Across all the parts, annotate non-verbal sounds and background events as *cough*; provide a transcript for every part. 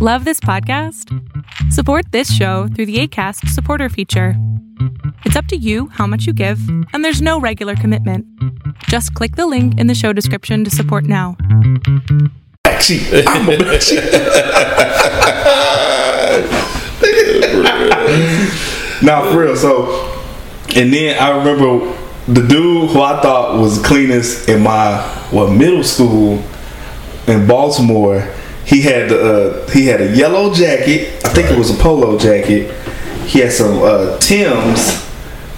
Love this podcast? Support this show through the ACAST supporter feature. It's up to you how much you give, and there's no regular commitment. Just click the link in the show description to support now. backseat. I'm a backseat. *laughs* nah, for real. So, and then I remember the dude who I thought was cleanest in my well middle school in Baltimore. He had the uh, he had a yellow jacket. I think it was a polo jacket. He had some uh, Tim's.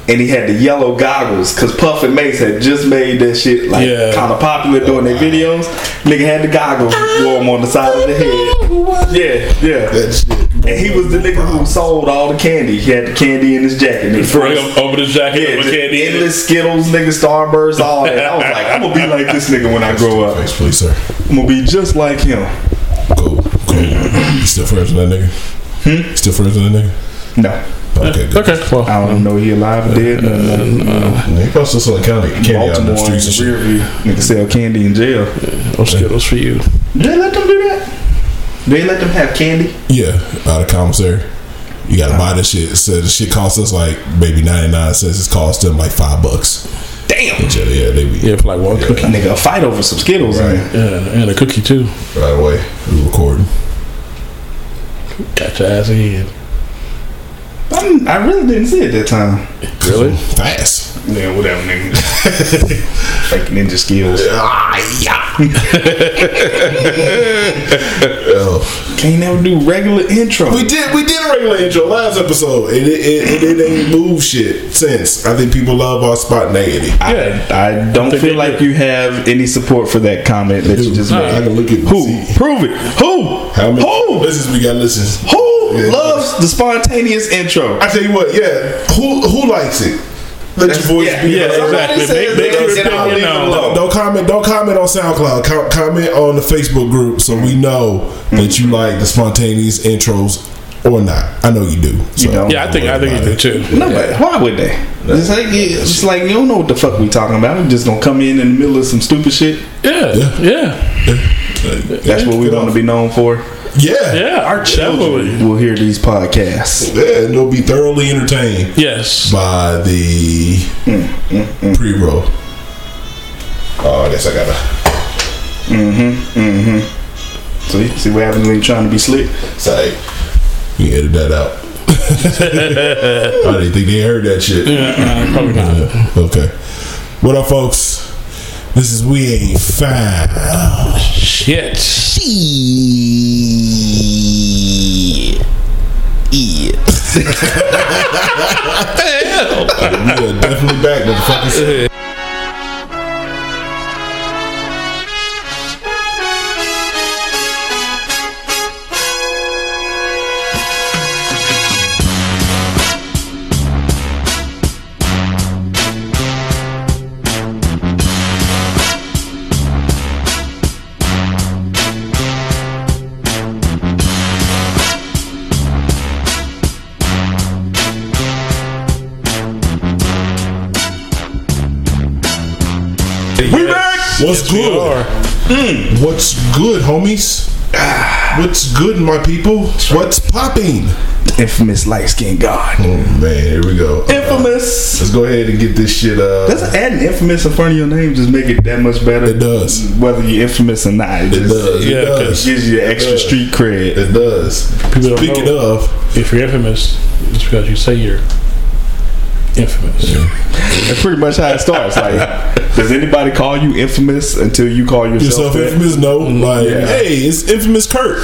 And he had the yellow goggles because Puff and Mace had just made that shit like Yeah. kind of popular doing their videos. Nigga had the goggles, wore them on the side of the head. Yeah, yeah. That shit. And he was the nigga who sold all the candy. He had the candy in his jacket. Nigga. For him, over the jacket, Yeah, over just candy. endless Skittles, nigga, Starburst, all that. I was like, I'm *laughs* gonna be like this nigga when I grow up. Thanks, please, sir. I'm gonna be just like him. Go, go. You still friends with that nigga? Hmm? Still friends with that nigga? No, Okay, good. Okay, well, I don't even know he alive or dead. No, no, no. Nigga probably still selling candy, candy out in Baltimore, the streets and shit. Rearview, nigga, sell candy in jail. no Skittles for you. They let them do that. They let them have candy. Yeah, out of commissary. You gotta buy this shit. So the shit costs us like maybe 99 cents. It costs them like five bucks. Damn, Yeah, yeah, they be Yeah, for like one cookie. nigga, a fight over some Skittles. Right. Man. Yeah, and a cookie too. right away. We recording. Got your ass in. I'm, I really didn't see it that time. Really? *laughs* Fast. Yeah, whatever, nigga. *laughs* Fake ninja skills. Ah, *laughs* yeah. oh. Can't never do regular intro. We did we did a regular intro last episode, and it, it, it, it ain't moved shit since. I think people love our spontaneity. I, Yeah. I don't Think feel they like do. you have any support for that comment that you just Nah, I made. can look at Who? see Prove it. Who? how many Who? listens we got listens. Who Yeah. loves the spontaneous intro? I tell you what, yeah. Who who likes it? Let That's- your voice yeah, be yeah, heard. Somebody exactly. Make, says make they your don't get out, leave opinion it known. alone. Don't, don't comment. Don't comment on SoundCloud. Com- comment on the Facebook group so we know that you like the spontaneous intros or not. I know you do. So. You don't. Yeah, I think I think you do too. No, but why would they? It's like, yeah, it's like you don't know what the fuck we talking about. I'm just gonna come in in the middle of some stupid shit. Yeah, yeah, That's what we Get want to off. be known for. Yeah. yeah. Our Children will hear these podcasts. Yeah, and they'll be thoroughly entertained Yes. by the pre-roll. Oh, I guess I gotta See, see what happens when you're trying to be slick. say we edit that out. *laughs* I didn't think they heard that shit. Uh, probably not. Yeah, okay. What up, folks? This is We Ain't Fine. Shit. Yeah. Yeah. we are definitely back, motherfuckers. *laughs* We back. What's We good? Hmm. are. What's good, homies? Ah. What's good, my people? What's popping? Infamous light skinned god. Oh, man, here we go. Infamous. Let's go ahead and get this shit uh Doesn't adding infamous in front of your name just make it that much better? It does. Whether you're infamous or not, it, It just does. Yeah, it does. gives you extra does. street cred. It does. People don't Speaking know. of, If you're infamous, it's because you say you're infamous. That's pretty much how it starts. Like, *laughs* does anybody call you infamous until you call yourself, yourself that? infamous, no. Like, yeah. hey, it's infamous *laughs* Kurt.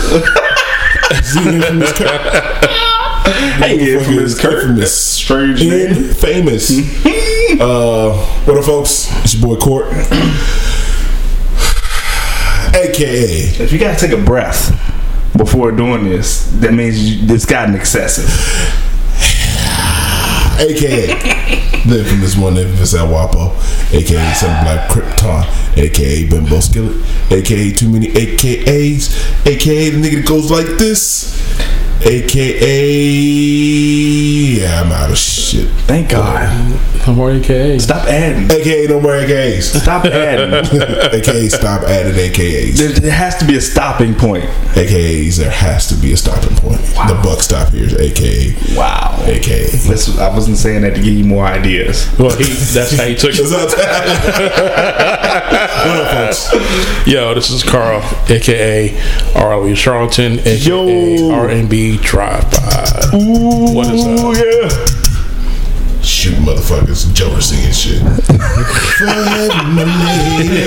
It's infamous Kurt. Hey, infamous Kurt. *laughs* Infamous. Strange name. And *laughs* famous. uh, what up, folks? It's your boy *clears throat* Court, aka If you gotta take a breath before doing this, that means you, it's gotten excessive. aka the infamous one, the infamous El Wapo, aka Seven Black Krypton, aka Bimbo Skillet, aka Too Many AKAs, aka the nigga that goes like this. AKA. Yeah, I'm out of shit. Thank God. I'm already KA. Stop adding. AKA no more AKAs. *laughs* Stop adding. AKA stop adding AKAs. there, there has to be a stopping point. AKAs, there has to be a stopping point. The buck stop here is AKA. Wow. AKA. This, I wasn't saying that to give you more ideas. Well, he, that's how he took it. *laughs* That's all- Well, folks, Yo, this is Carl, aka R.O.E. E Charlton, aka Yo. R&B Drive By. What is Oh, up? yeah. Shoot motherfuckers, Joker singing shit. Fuck my lady.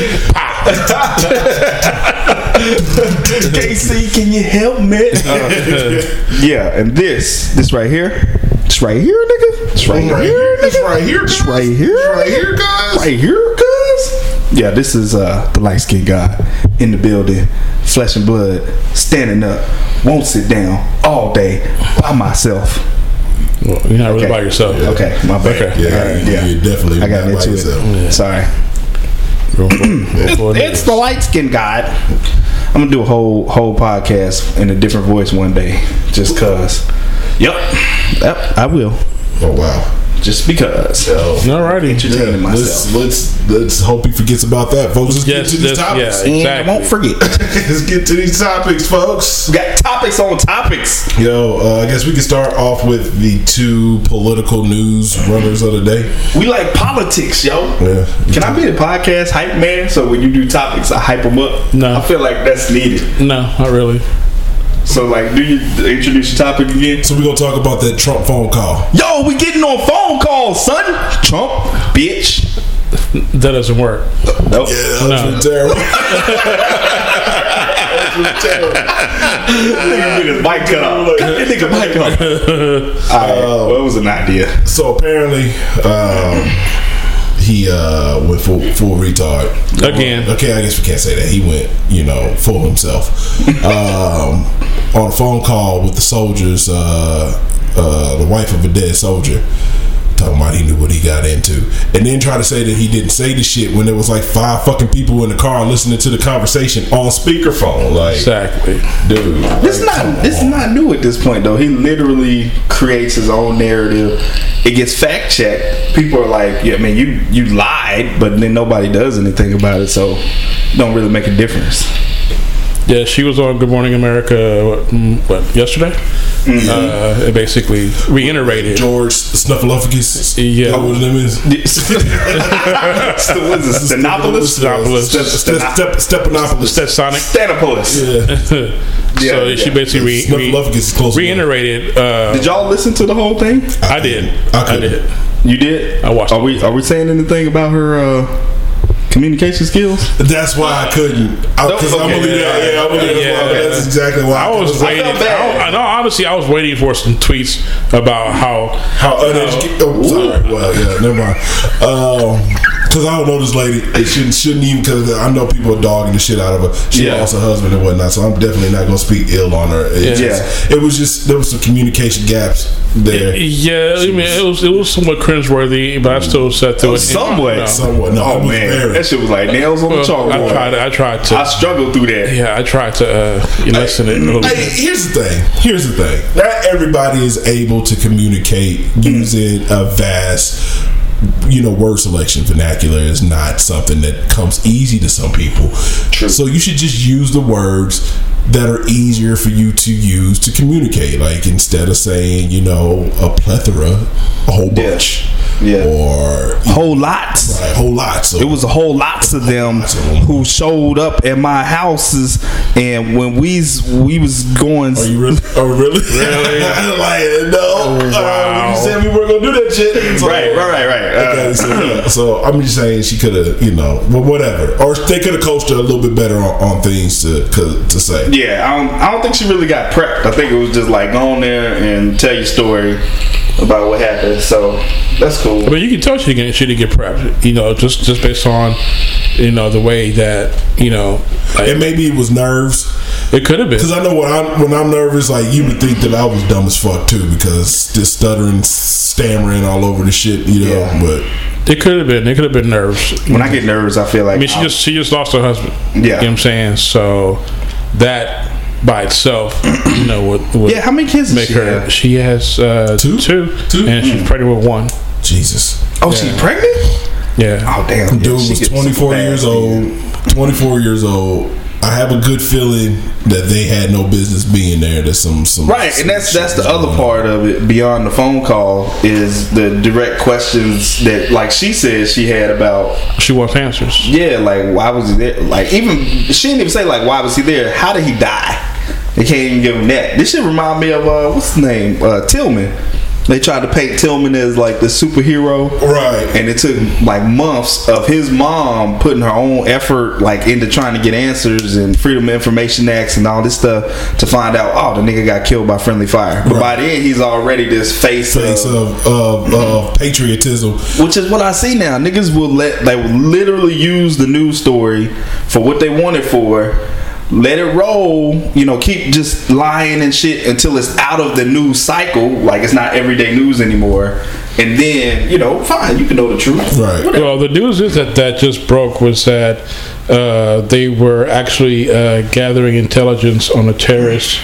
*laughs* KC, can you help *laughs* me? Uh, yeah, and this, this right here, this right here, nigga, this right Right here, here, nigga, it's right here, It's guys. right here, It's right nigga. here, guys. right here, cuz. Yeah, this is uh the light skinned guy in the building, flesh and blood, standing up, won't sit down all day by myself. Well, you're not really Okay. by yourself. Okay, my bad. Okay. Yeah, All right, you- you definitely I got not by into yourself. it. Sorry. *clears throat* It's the light skin guy. I'm gonna do a whole whole podcast in a different voice one day, just cause. Yep, yep, I will. Oh wow. Just because. Oh. Alrighty. Entertaining myself. Let's let's let's hope he forgets about that, folks. Let's Yes, get to these yes, topics. yeah. And I won't forget. *laughs* let's get to these topics, folks. We got topics on topics. Yo, uh, I guess we can start off with the two political news runners of the day. We like politics, yo. Yeah. Can I be the podcast hype man? So when you do topics, I hype them up. No. I feel like that's needed. No, not really. So like, do you introduce your topic again? So we're gonna talk about that Trump phone call. Yo, we getting on phone calls, son. Trump, bitch. That doesn't work. Nope. Yeah, that No. was terrible. that was terrible. That *laughs* nigga mic cut off. Cut that nigga mic off. Alright, well, it was an idea. So apparently, um, he uh, went full, full retard Again. Okay, I guess we can't say that he went, you know, full himself *laughs* um, on a phone call with the soldiers, uh, uh, the wife of a dead soldier. Talking about he knew what he got into, and then try to say that he didn't say the shit when there was like five fucking people in the car listening to the conversation on speakerphone. Like, Exactly. dude, This like, not come this on. not new at this point though. He literally creates his own narrative. It gets fact checked. People are like, yeah, man, you you lied, but then nobody does anything about it, so it don't really make a *laughs* difference. Yeah, she was on Good Morning America. What, mm, what yesterday? Mm-hmm. Uh, it basically reiterated. George Snuffleupagus. Yeah. That what his name is? what is it? Stenopolis? Stenopolis. Ste- Ste- Ste- Stepanopolis. That's Sonic. Stenopolis. Yeah. *laughs* so Yeah, she yeah. basically re, re, Snuffleupagus is close. enough. reiterated. Uh, Did y'all listen to the whole thing? I did. I I did. couldn't. You did? I watched Are we are we saying anything about her uh, communication skills? That's why I couldn't. I, Nope, cause I'm okay. gonna leave that. Yeah, I'm gonna leave that. Yeah, alone. okay. That's exactly I why. was waiting. I, felt bad. I- no, honestly, I was waiting for some tweets about how how uneducated. Oh, sorry. Well, yeah, never mind. Because I don't know this lady. It shouldn't shouldn't even. Because I know people are dogging the shit out of her. She Yeah. lost her husband and whatnot. So I'm definitely not gonna speak ill on her. It Yeah. just- it was just there was some communication gaps there. Yeah, I mean, it was it was somewhat cringeworthy, but I still sat through it. Somewhat. No. Somewhat. No, Oh it was man, very- that shit was like nails on the Well, chalkboard. I tried. I tried to. I struggled through that. yeah, I tried to uh, lessen it a little Hey, bit. here's the thing. Here's the thing. Not everybody is able to communicate Mm. using a vast, you know, word selection vernacular is not something that comes easy to some people. True. So you should just use the words that are easier for you to use to communicate. Like instead of saying, you know, a plethora, a whole Yeah. bunch, Yeah. or Whole lots. a whole lot. So It was a whole lots of them who showed up at my houses, and when we we was going, Are you really? Oh, really? *laughs* really? like, no. Uh, wow. you said we weren't gonna do that shit. So- Oh, right, right, right, right. Uh, Okay, so, yeah, so I'm just saying she could have, you know, well, whatever, or they could have coached her a little bit better on, on things to co- to say. *clears throat* yeah, I don't, I don't think she really got prepped. I think it was just like go on there and tell your story about what happened. So that's cool. I mean, you can tell she didn't, she didn't get prepped. You know, just just based on you know the way that you know like, And maybe it was nerves, it could have been. because I know when I'm when I'm nervous, like you would think that I was dumb as fuck too, because just stuttering, stammering all over the shit, you know. Yeah. But It could have been. It could have been nerves. when I get nervous, I feel like I mean, she I'll- just she just lost her husband. Yeah. you know what I'm saying. So that by itself, you know, would, would Yeah, how many kids does make she her. have? Hmm. She has uh, Two? two, Two? and she's pregnant with one. Jesus. Oh, she Yeah. pregnant? Yeah, Oh damn! Dude yeah, she was gets 24 super bad. years old. 24 years old. I have a good feeling that they had no business being there. There's some some Right, and that's some that's shit the other going on. part of it beyond the phone call is the direct questions that, like she said, she had about she wants answers. yeah, like why was he there? Like even she didn't even say like why was he there? How did he die? They can't even give him that. This shit remind me of uh, what's his name uh, Tillman. They tried to paint Tillman as like the superhero, uh, Right. and it took like months of his mom putting her own effort like into trying to get answers and freedom of information acts and all this stuff to find out oh the nigga got killed by friendly fire but by then he's already this face, Face of, of, of, of patriotism. which is what i see now niggas will let they will literally use the news story for what they want it for let it roll, you know, keep just lying and shit until it's out of the news cycle, like it's not everyday news anymore. And then, you know, fine, you can know the truth. Right. Well, the news is that that just broke was that uh, they were actually uh, gathering intelligence on a terrorist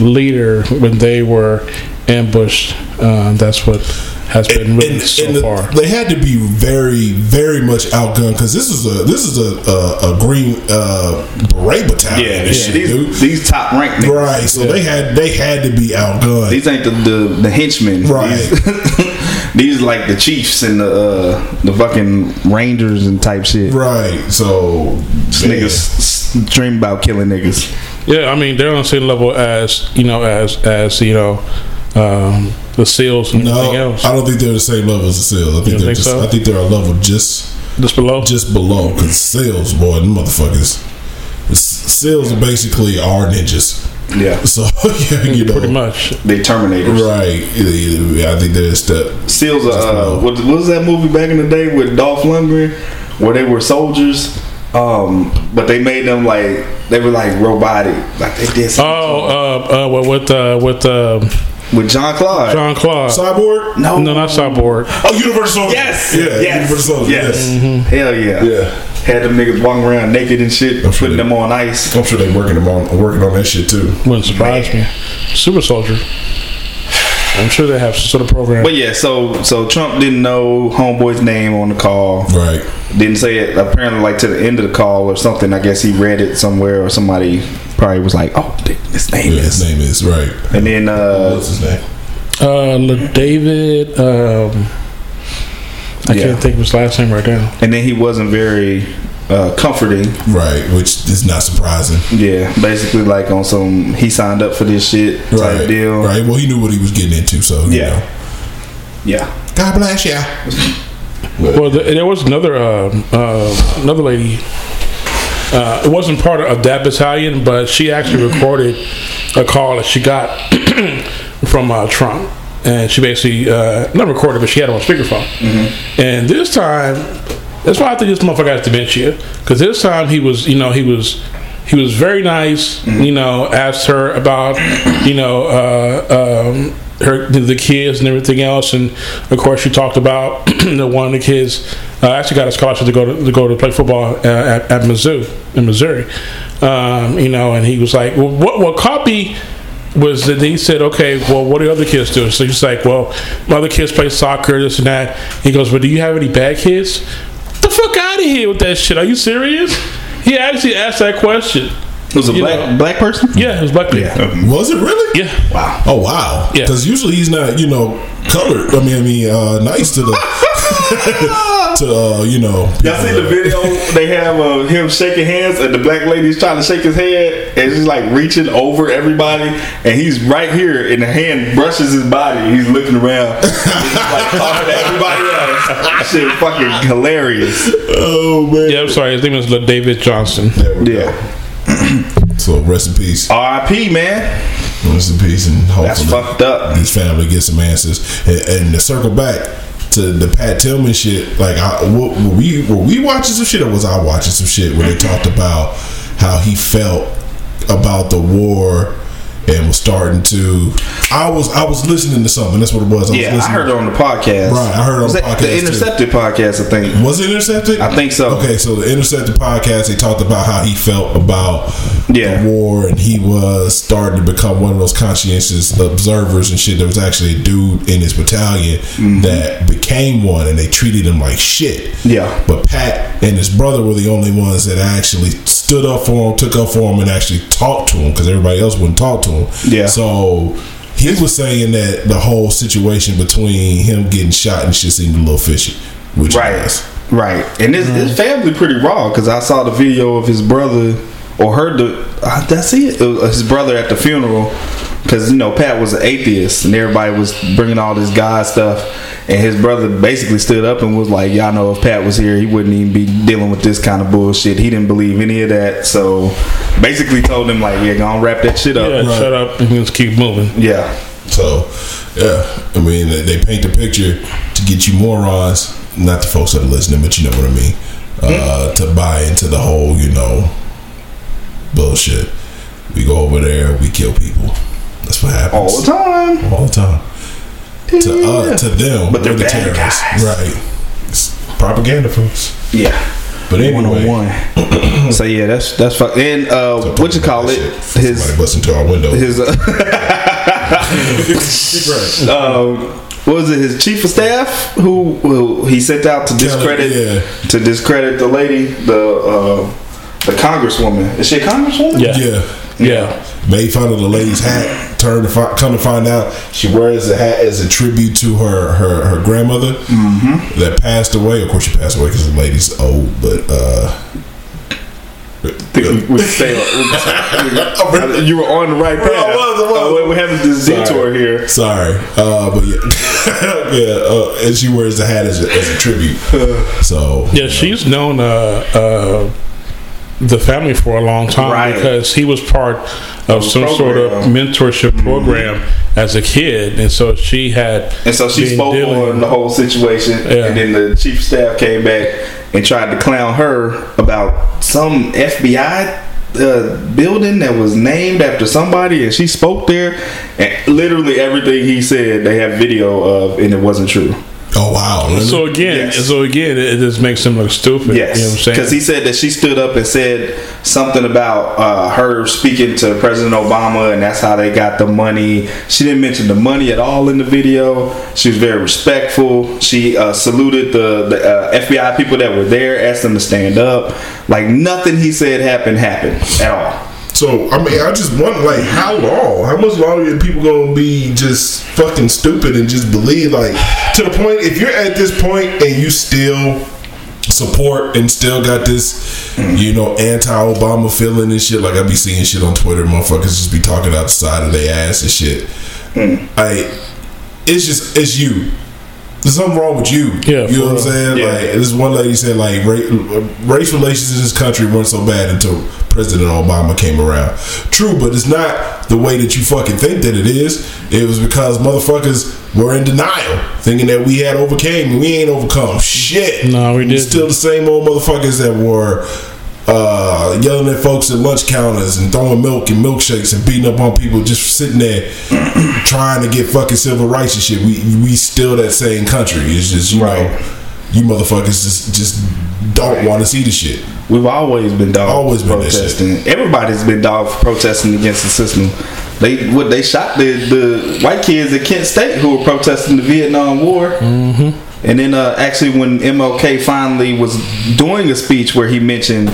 leader when they were ambushed. Uh, that's what has been And- written and- so and the- far. They had to be very, very much outgunned because this is a this is a a, a green uh, beret battalion. Yeah, and shit, dude. these, these top rank niggas. Right. So they had they had to be outgunned. These ain't the the, the henchmen. Right. These, *laughs* these like the chiefs and the uh, the fucking rangers and type shit. right. So This man. Niggas s- s- dream about killing niggas. Yeah, I mean they're on the same level as you know as as you know um, the seals and No, everything else. I don't think they're the same level as the sales. I think don't they're think just. so? I think they're a level just Just below. just below because sales, boy, them motherfuckers. s- Sales are basically our ninjas. *laughs* Yeah, So yeah, you know, Pretty much, they Terminators. right? I think they're a step Seals. Uh, what, what was that movie back in the day with Dolph Lundgren, where they were soldiers, um, but they made them like they were like robotic, like they did something Oh, uh, uh, with with uh, with uh, with John Claude. John Claude. cyborg. no, No, not Cyborg. Oh, Universal. Yes. Yeah. Yes. Universal. Soldier, Yes. Yes. Hell yeah. Mm. Yeah. Had them niggas walking around naked and shit, I'm sure putting they- them on ice. I'm sure they working them on working on that shit too. Wouldn't surprise me. Super Soldier. I'm sure they have some sort of program. But yeah, so so Trump didn't know homeboy's name on the call. Right. Didn't say it apparently like to the end of the call or something. I guess he read it somewhere or somebody probably was like, "Oh, th- this name Yeah, is." his name is right. And then uh, What's his name? Uh, Le- David. Um, I Yeah. can't think of his last name right now. and then he wasn't very uh, comforting. Right, which is not surprising. Yeah, basically like on some he signed up for this shit type Right. deal. Right. Well, he knew what he was getting into, so you Yeah. know. Yeah. God bless ya. *laughs* Well, th there was another um uh, another lady. Uh, it wasn't part of that battalion, but she actually recorded a call that she got *clears throat* from uh, Trump, and she basically uh, not recorded, but she had it on speakerphone. And this time, that's why I think this motherfucker has dementia, because this time he was, you know, he was. He was very nice, you know. Asked her about, you know, uh, um, her the, the kids and everything else, and of course she talked about *clears throat* that one of the kids uh, actually got a scholarship to go to, to go to play football uh, at, at Mizzou in Missouri, um, you know. And he was like, "Well, what, what caught me was that he said, okay, well, what do other kids do? So he's like, well, my other kids play soccer, this and that. He goes, well, do you have any bad kids? The fuck out of here with that shit. Are you serious? He actually asked that question. It was a You black know. black person? Yeah, it was black people. Yeah. Was it really? yeah. Wow. Oh wow. Yeah. Because usually he's not, you know, colored. I mean, I mean, uh, nice to the *laughs* to uh, you know. Y'all see people the that- video they have of him shaking hands and the black lady's trying to shake his head and she's like reaching over everybody and he's right here and the hand brushes his body and he's looking *laughs* around and he's like talking to everybody else. That shit fucking hilarious. Oh man. I'm sorry. His name is Le- David Johnson. There we go. Yeah. So rest in peace. R.I.P. man. Rest in peace, and hopefully That's fucked up. his family get some answers. And, and to circle back to the Pat Tillman shit, like I, were were we were we watching some shit, or was I watching some shit where they talked about how he felt about the war and was starting to. I was I was listening to something. That's what it was. I Yeah, was I listening. heard it on the podcast. Right, I heard it on Was the that podcast, The too. Mm-hmm. Intercepted podcast, I think. Was it intercepted? I think so. Okay, so the intercepted podcast, they talked about how he felt about Yeah. the war, and he was starting to become one of those conscientious observers and shit. There was actually a dude in his battalion Mm-hmm. that became one, and they treated him like shit. Yeah. But Pat and his brother were the only ones that actually stood up for him, took up for him, and actually talked to him because everybody else wouldn't talk to him. Yeah. So. He was saying that the whole situation between him getting shot and shit seemed a little fishy, which it Right. was. Right. And his, Mm-hmm. his family pretty raw because I saw the video of his brother or heard the uh, that's it. it was his brother at the funeral because you know Pat was an atheist and everybody was bringing all this God stuff and his brother basically stood up and was like, y'all know if Pat was here, he wouldn't even be dealing with this kind of bullshit. He didn't believe any of that, so basically told him like, yeah, gonna wrap that shit Yeah, up. shut up and just keep moving. Yeah. So, yeah, I mean, they, they paint the picture to get you morons, not the folks that are listening, but you know what I mean, uh, to buy into the whole, you know, bullshit. We go over there, we kill people. That's what happens all the time. All the time. To Yeah. us, to them, But they're we're the bad terrorists, guys. right? It's propaganda folks. Yeah. But anyway, one. so yeah, that's that's fuck. And uh, what you call it? Shit. His Somebody busting to our window. his uh, *laughs* Right. um, what was it? His chief of staff who, who he sent out to Tell him, discredit yeah. to discredit the lady, the uh, the congresswoman. Is she a congresswoman? Yeah. yeah. Yeah. made fun of the lady's hat. Turned to fi- come to find out, she wears the hat as a tribute to her her, her grandmother Mm-hmm. that passed away. Of course, she passed away because the lady's old. But uh, I think we- we stay *laughs* on- we- Oh, you were on the right path. I was, I was. Oh, wait, we're having this Sorry. detour here. sorry, uh, but yeah, *laughs* yeah. Uh, and she wears the hat as a, as a tribute. Uh. So Yeah, she's known uh, uh, the family for a long time Right. because he was part of some sort of program. Mm-hmm. mentorship program as a kid, and so she had. And so she been spoke dealing- on the whole situation, Yeah. and then the chief of staff came back and tried to clown her about some FBI uh, building that was named after somebody, and she spoke there, and literally everything he said they have video of, and it wasn't true. oh wow, really? So again, Yes. so again, it, it just makes him look stupid. you know Yes, what I'm because he saying? said that she stood up and said something about uh, her speaking to President Obama, and that's how they got the money. She didn't mention the money at all in the video. She was very respectful. She uh, saluted the, the uh, FBI people that were there, asked them to stand up. Like nothing he said happened happened at all. So I mean, I just wonder, like, how long? How much longer are people gonna be just fucking stupid and just believe? Like, to the point, if you're at this point and you still support and still got this, you know, anti-Obama feeling and shit. Like, I be seeing shit on Twitter, motherfuckers just be talking out the side of their ass and shit. I, it's just it's you. There's something wrong with you. Yeah, you for know what I'm real. saying. Uh, Yeah. Like this one lady said, like ra- race relations in this country weren't so bad until President Obama came around. True, but it's not the way that you fucking think that it is. It was because motherfuckers were in denial, thinking that we had overcame. and We ain't overcome shit. No, we didn't. Still the same old motherfuckers that were. Uh, yelling at folks at lunch counters and throwing milk and milkshakes and beating up on people just for sitting there *clears throat* trying to get fucking civil rights and shit. We we still that same country. It's just you Right. know you motherfuckers just just don't want to see the shit. We've always been dog Always been that protesting. Everybody's been dog for protesting against the system. They what they shot the, the white kids at Kent State who were protesting the Vietnam War. Mm-hmm. And then uh, actually, when MLK finally was doing a speech where he mentioned,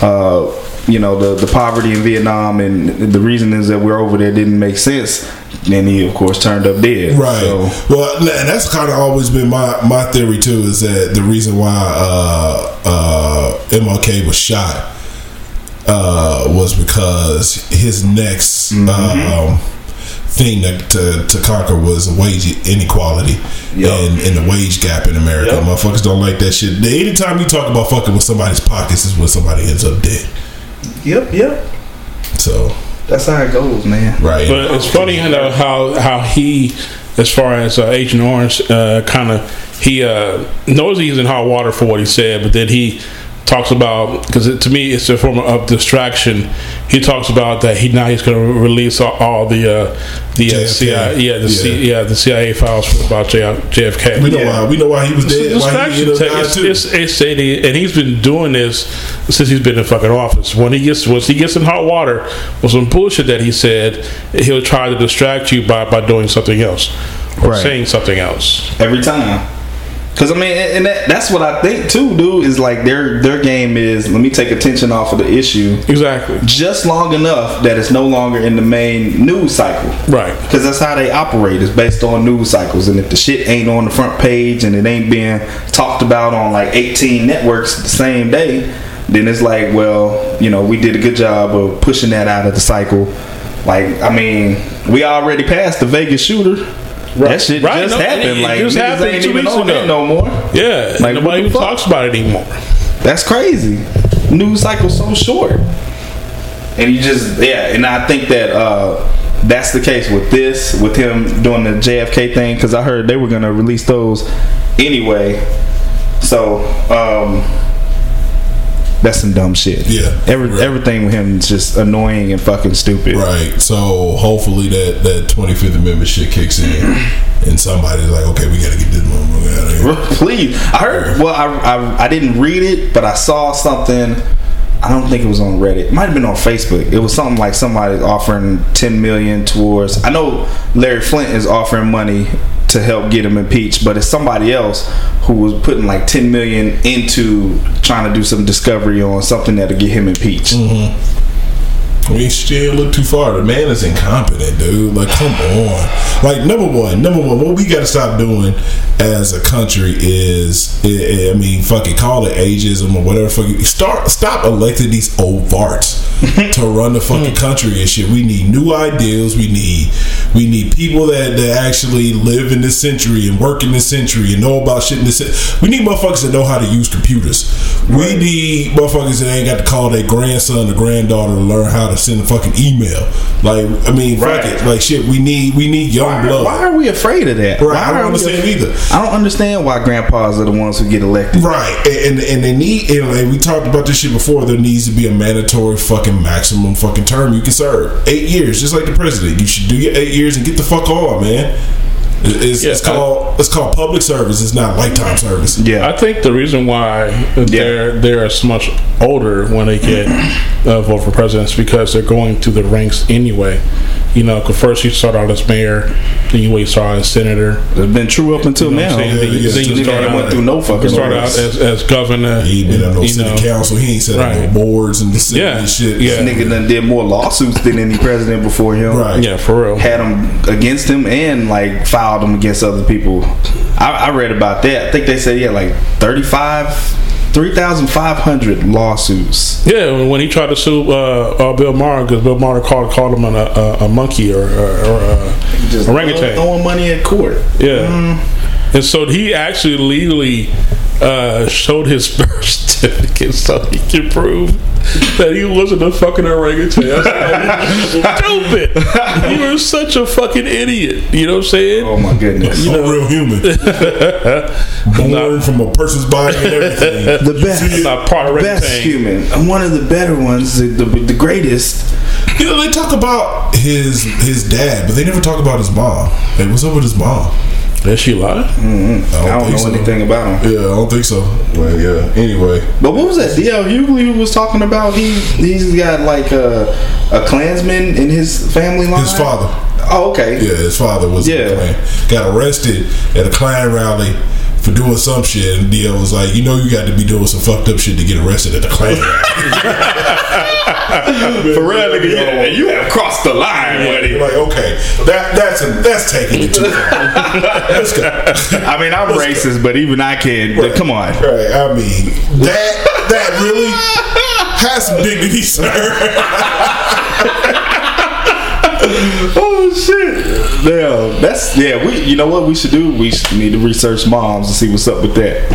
uh, you know, the, the poverty in Vietnam and the reason is that we're over there didn't make sense. Then he, of course, turned up dead. Right. So, Well, n- and that's kind of always been my my theory too. Is that the reason why uh, uh, MLK was shot uh, was because his next um, thing to, to to conquer was wage inequality Yup. and, and the wage gap in America. Yup. Motherfuckers don't like that shit. Anytime you talk about fucking with somebody's pockets is when somebody ends up dead. yep, yep. So That's how it goes, man. right. But it's funny you know, how how he, as far as uh, Agent Orange, uh, kind of he uh, knows he's in hot water for what he said, but then he talks about because to me it's a form of distraction he talks about that he now he's going to release all, all the uh, the uh, JFK. CIA yeah the C, yeah the CIA files about J- JFK. We know Yeah. why. We know why he was dead. It's why he faction ended up tech. dying It's, too. it's, it's shady, and he's been doing this since he's been in fucking office. When he gets once he gets in hot water with some bullshit that he said, he'll try to distract you by, by doing something else or Right. saying something else. every time. Cause I mean, and and that, that's what I think too, dude. Is like their their game is let me take attention off of the issue Exactly. just long enough that it's no longer in the main news cycle. Right. Because that's how they operate. It's based on news cycles. And if the shit ain't on the front page and it ain't being talked about on like 18 networks the same day, then it's like, well, you know, we did a good job of pushing that out of the cycle. Like, I mean, we already passed the Vegas shooter. That shit Right, just no, and happened. it like, just niggas happened ain't two even weeks on ago. that no more. Yeah. Like, what nobody the even fuck? talks about it anymore. That's crazy. News cycle so short. And you just yeah, and I think that uh that's the case with this, with him doing the JFK thing, because I heard they were gonna release those anyway. So, um that's some dumb shit. Yeah. Every, Right. Everything with him is just annoying and fucking stupid. Right. So hopefully that that 25th Amendment shit kicks in, and somebody's like, okay, we got to get this motherfucker out of here. Please, I heard. Well, I, I I didn't read it, but I saw something. I don't think it was on Reddit. It might have been on Facebook. It was something like somebody offering ten million towards. I know Larry Flint is offering money to help get him impeached, but it's somebody else who was putting like ten million into trying to do some discovery on something that'll get him impeached. We still look too far. The man is incompetent, dude. Like, come on. Like, number one, number one, what we got to stop doing as a country is, eh, I I- I mean, fucking call it ageism or whatever. Fuck you. Start, stop electing these old farts to run the fucking country and shit. We need new ideals. We need, we need people that, that actually live in this century and work in this century and know about shit in this. cen- We need motherfuckers that know how to use computers. We need motherfuckers that ain't got to call their grandson or granddaughter to learn how to send a fucking email. Like, I mean, Right. fuck it. Like, shit, we need we need young blood. Why are we afraid of that? Right, Why I don't are we understand af- either. I don't understand why grandpas are the ones who get elected. Right, and and, and they need and like we talked about this shit before. There needs to be a mandatory fucking maximum fucking term you can serve. Eight years, just like the president. You should do your eight years and get the fuck on, man. It- It's, it's Yeah, I- called it's called public service. It's not lifetime service. Yeah, I think the reason why they're they're so much older when they get uh, vote for presidents because they're going through the ranks anyway. You know, 'cause first you start out as mayor, then you wait start out as senator. it's been true up until You know what now. I'm saying? Then you- Yeah, then you yeah, start yeah. Nigga out- went through no fucking You start out orders. as, as governor. He ain't been on no you city know. council. He ain't sat on Right. no boards and the city Yeah, and shit. yeah. This nigga done did more lawsuits than any president before him. Right. Yeah, for real. Had him against him and like filed him against other people. I, I read about that. I think they said he had like 35, 3,500 lawsuits. Yeah, when- when he tried to sue uh, uh, Bill Maher because Bill Maher called called him an, uh, a monkey or, or, or a orangutan. Throwing money at court. Mm. Yeah. And so he actually legally uh, showed his *laughs* birth certificate so he could prove that he wasn't a fucking orangutan. That's *laughs* stupid. You were such a fucking idiot. You know what I'm saying? Oh my goodness. I'm a real *laughs* human. Born from a person's body and *laughs* everything. The I'm best. not part Best orangutan. human. I'm one of the better ones. The, the, the greatest. You know, they talk about his his dad, but they never talk about his mom. Like, what's up with his mom? Is she lying? I don't know think so. anything about him. Yeah, I don't think so. Like, yeah. Anyway, But what was that? DL Hughley who was talking about he he's got like a a Klansman in his family line. his father. Oh, okay. Yeah, his father was in Yeah. the Klan. Got arrested at a Klan rally for doing some shit, and DL was like, "You know, you got to be doing some fucked up shit to get arrested at *laughs* the Klan." For real, nigga, yeah, you have crossed the line, You're buddy. like, okay, that that's a, that's taking it too far. Let's go. *laughs* I mean, I'm racist, but even I can. but Come on. Right, I mean that that really has some dignity, sir. Oh shit! Damn, that's yeah. We, you know what we should do? We should need to research moms and see what's up with that.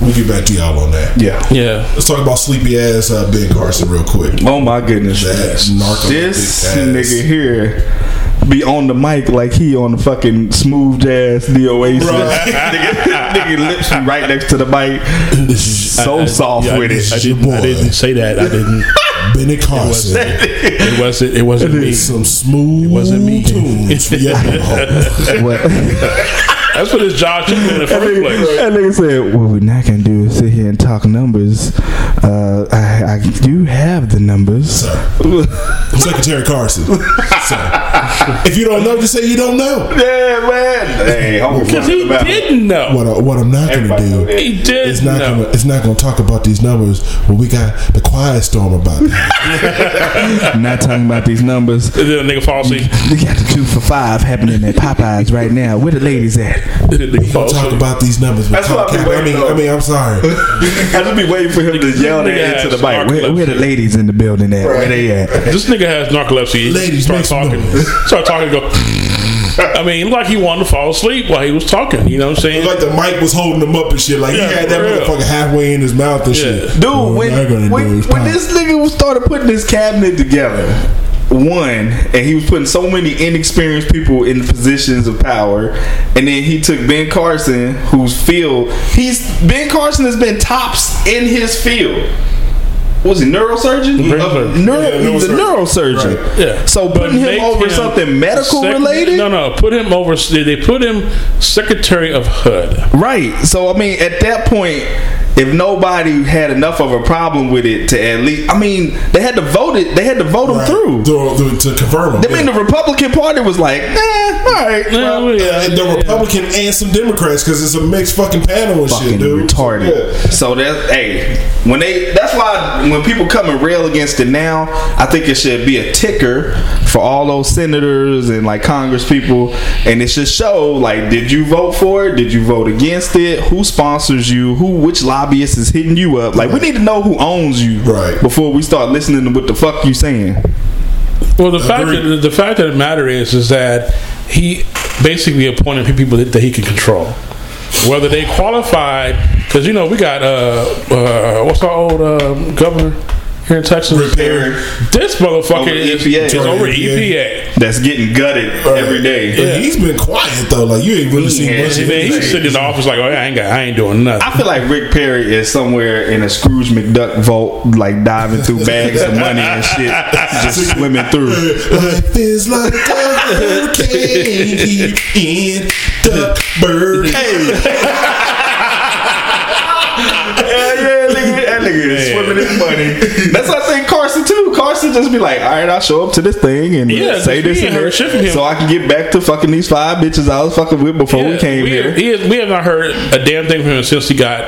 We'll get back to y'all on that. Yeah. Yeah. Let's talk about sleepy ass uh, Ben Carson real quick. Oh my goodness. That narcoleptic This ass. nigga here be on the mic like he on the fucking smooth jazz the Oasis. *laughs* Right. nigga, nigga lips be right next to the mic, so soft Yeah, I with did- it. I, Shit, didn't, I boy. didn't say that. I didn't. Bennett Carson. It wasn't. It wasn't me. With some smooth wasn't me. tunes *laughs* for your home. That's what his job should be in the first place. That nigga said, "What we're not gonna do is sit here and talk numbers. Uh, I, I do have the numbers. Secretary Carson. So, if you don't know, just say you don't know. Yeah, man. Hey, I'm Because he didn't know. What, I, what I'm not going to Everybody know do that. He did It's not know. gonna. It's not gonna talk about these numbers when we got the quiet storm about *laughs* it. not talking about these numbers. And then a nigga falsely. We got the two for five happening at Popeyes right now. Where the ladies at? Then a nigga Don't talk falsely. about these numbers. with That's what I've been Comcast. I mean, waiting I mean, I'm sorry. *laughs* I just be waiting for him to yell that Yeah, into the mic. sorry. Where, where the ladies in the building at? Where they at? This nigga has narcolepsy. He Ladies, start make some talking. noise. Start talking. Go. I mean, it looked like he wanted to fall asleep while he was talking. You know what I'm saying? *laughs* Like the mic was holding him up and shit. Like Yeah, he had that for real. motherfucker halfway in his mouth and shit. Yeah. Dude, Well, when, what I gotta do when, is when pop. this nigga was started putting this cabinet together, one, and he was putting so many inexperienced people in positions of power, and then he took Ben Carson, whose field he's Ben Carson has been tops in his field. Was he neurosurgeon? Brain Uh, surgeon. neuro, Yeah, he's a neurosurgeon. neurosurgeon. Right. Yeah. So But putting him make over something medical sec- related. No, no. Put him over. They they put him Secretary of HUD. Right. So I mean, at that point, if nobody had enough of a problem with it to at least, I mean, they had to vote it. They had to vote him Right. through. to, to, to confirm him. I mean, the Republican Party was like, eh, all right. well, Yeah, Yeah, and Uh, the yeah. Republican and some Democrats because it's a mixed fucking panel and fucking shit, dude. retarded. Yeah. So that hey, when they that's why when people come and rail against it now, I think it should be a ticker for all those senators and like Congress people, and it should show like, did you vote for it? Did you vote against it? Who sponsors you? Who which lobbyist is hitting you up? Like we need to know who owns you Right. before we start listening to what the fuck you saying. Well, the fact Agreed. that, the fact of the matter is, is that he basically appointed people that, that he can control. Whether they qualified, because you know we got uh, uh what's our old um, governor here in Texas? Rick Perry. This motherfucker Over E is, EPA. is over E EPA. That's getting gutted every day. But he's been quiet though. Like you ain't really seen Yeah. much. See, of man, him. he's sitting in the office like, oh, I ain't got, I ain't doing nothing. I feel like Rick Perry is somewhere in a Scrooge McDuck vault, like diving through bags of money and shit, just swimming through. Life is like a hurricane in the *laughs* bird. *laughs* Hey, Yeah, yeah, nigga, that nigga is Yeah. swimming in money. That's what I think Carson too. Carson just be like, all right, I'll show up to this thing and Yeah, say this just be and here, that, shit from him. so I can get back to fucking these five bitches I was fucking with before we Yeah, came here. he is- we have not heard a damn thing from him since he got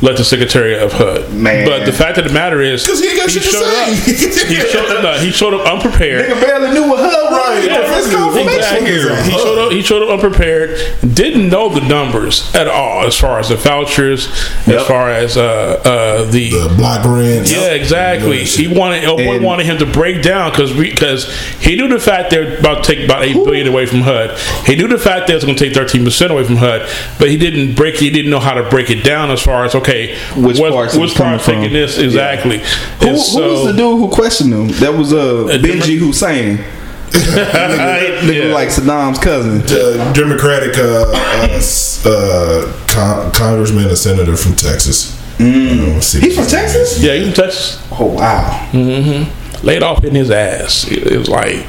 let the secretary of HUD. Man. but the fact of the matter is, 'Cause he ain't got shit to say. up. he showed up. no, He showed up *laughs* unprepared. Nigga barely knew what her right. Yeah, That's exactly. confirmation here. He showed up. He showed up unprepared. Didn't know the numbers at all, as far as the vouchers, Yep. as far as uh, uh, the. the uh, block grants. yeah, exactly. He wanted Elboy And- wanted him to break down because because he knew the fact they're about to take about eight billion away from HUD. He knew the fact that it's going to take thirteen percent away from HUD, but he didn't break. He didn't know how to break it down as far as okay, Which what- parts it was which part coming taking from. this exactly. Who, And who was the *laughs* dude who questioned him? That was uh, Benji Democrat- Hussein. Nigga Yeah. like Saddam's cousin. The Democratic uh, uh, s- uh, con- congressman or senator from Texas. Mm. He's from Texas? yeah, you can touch. Oh wow. laid off in his ass. It, it was like,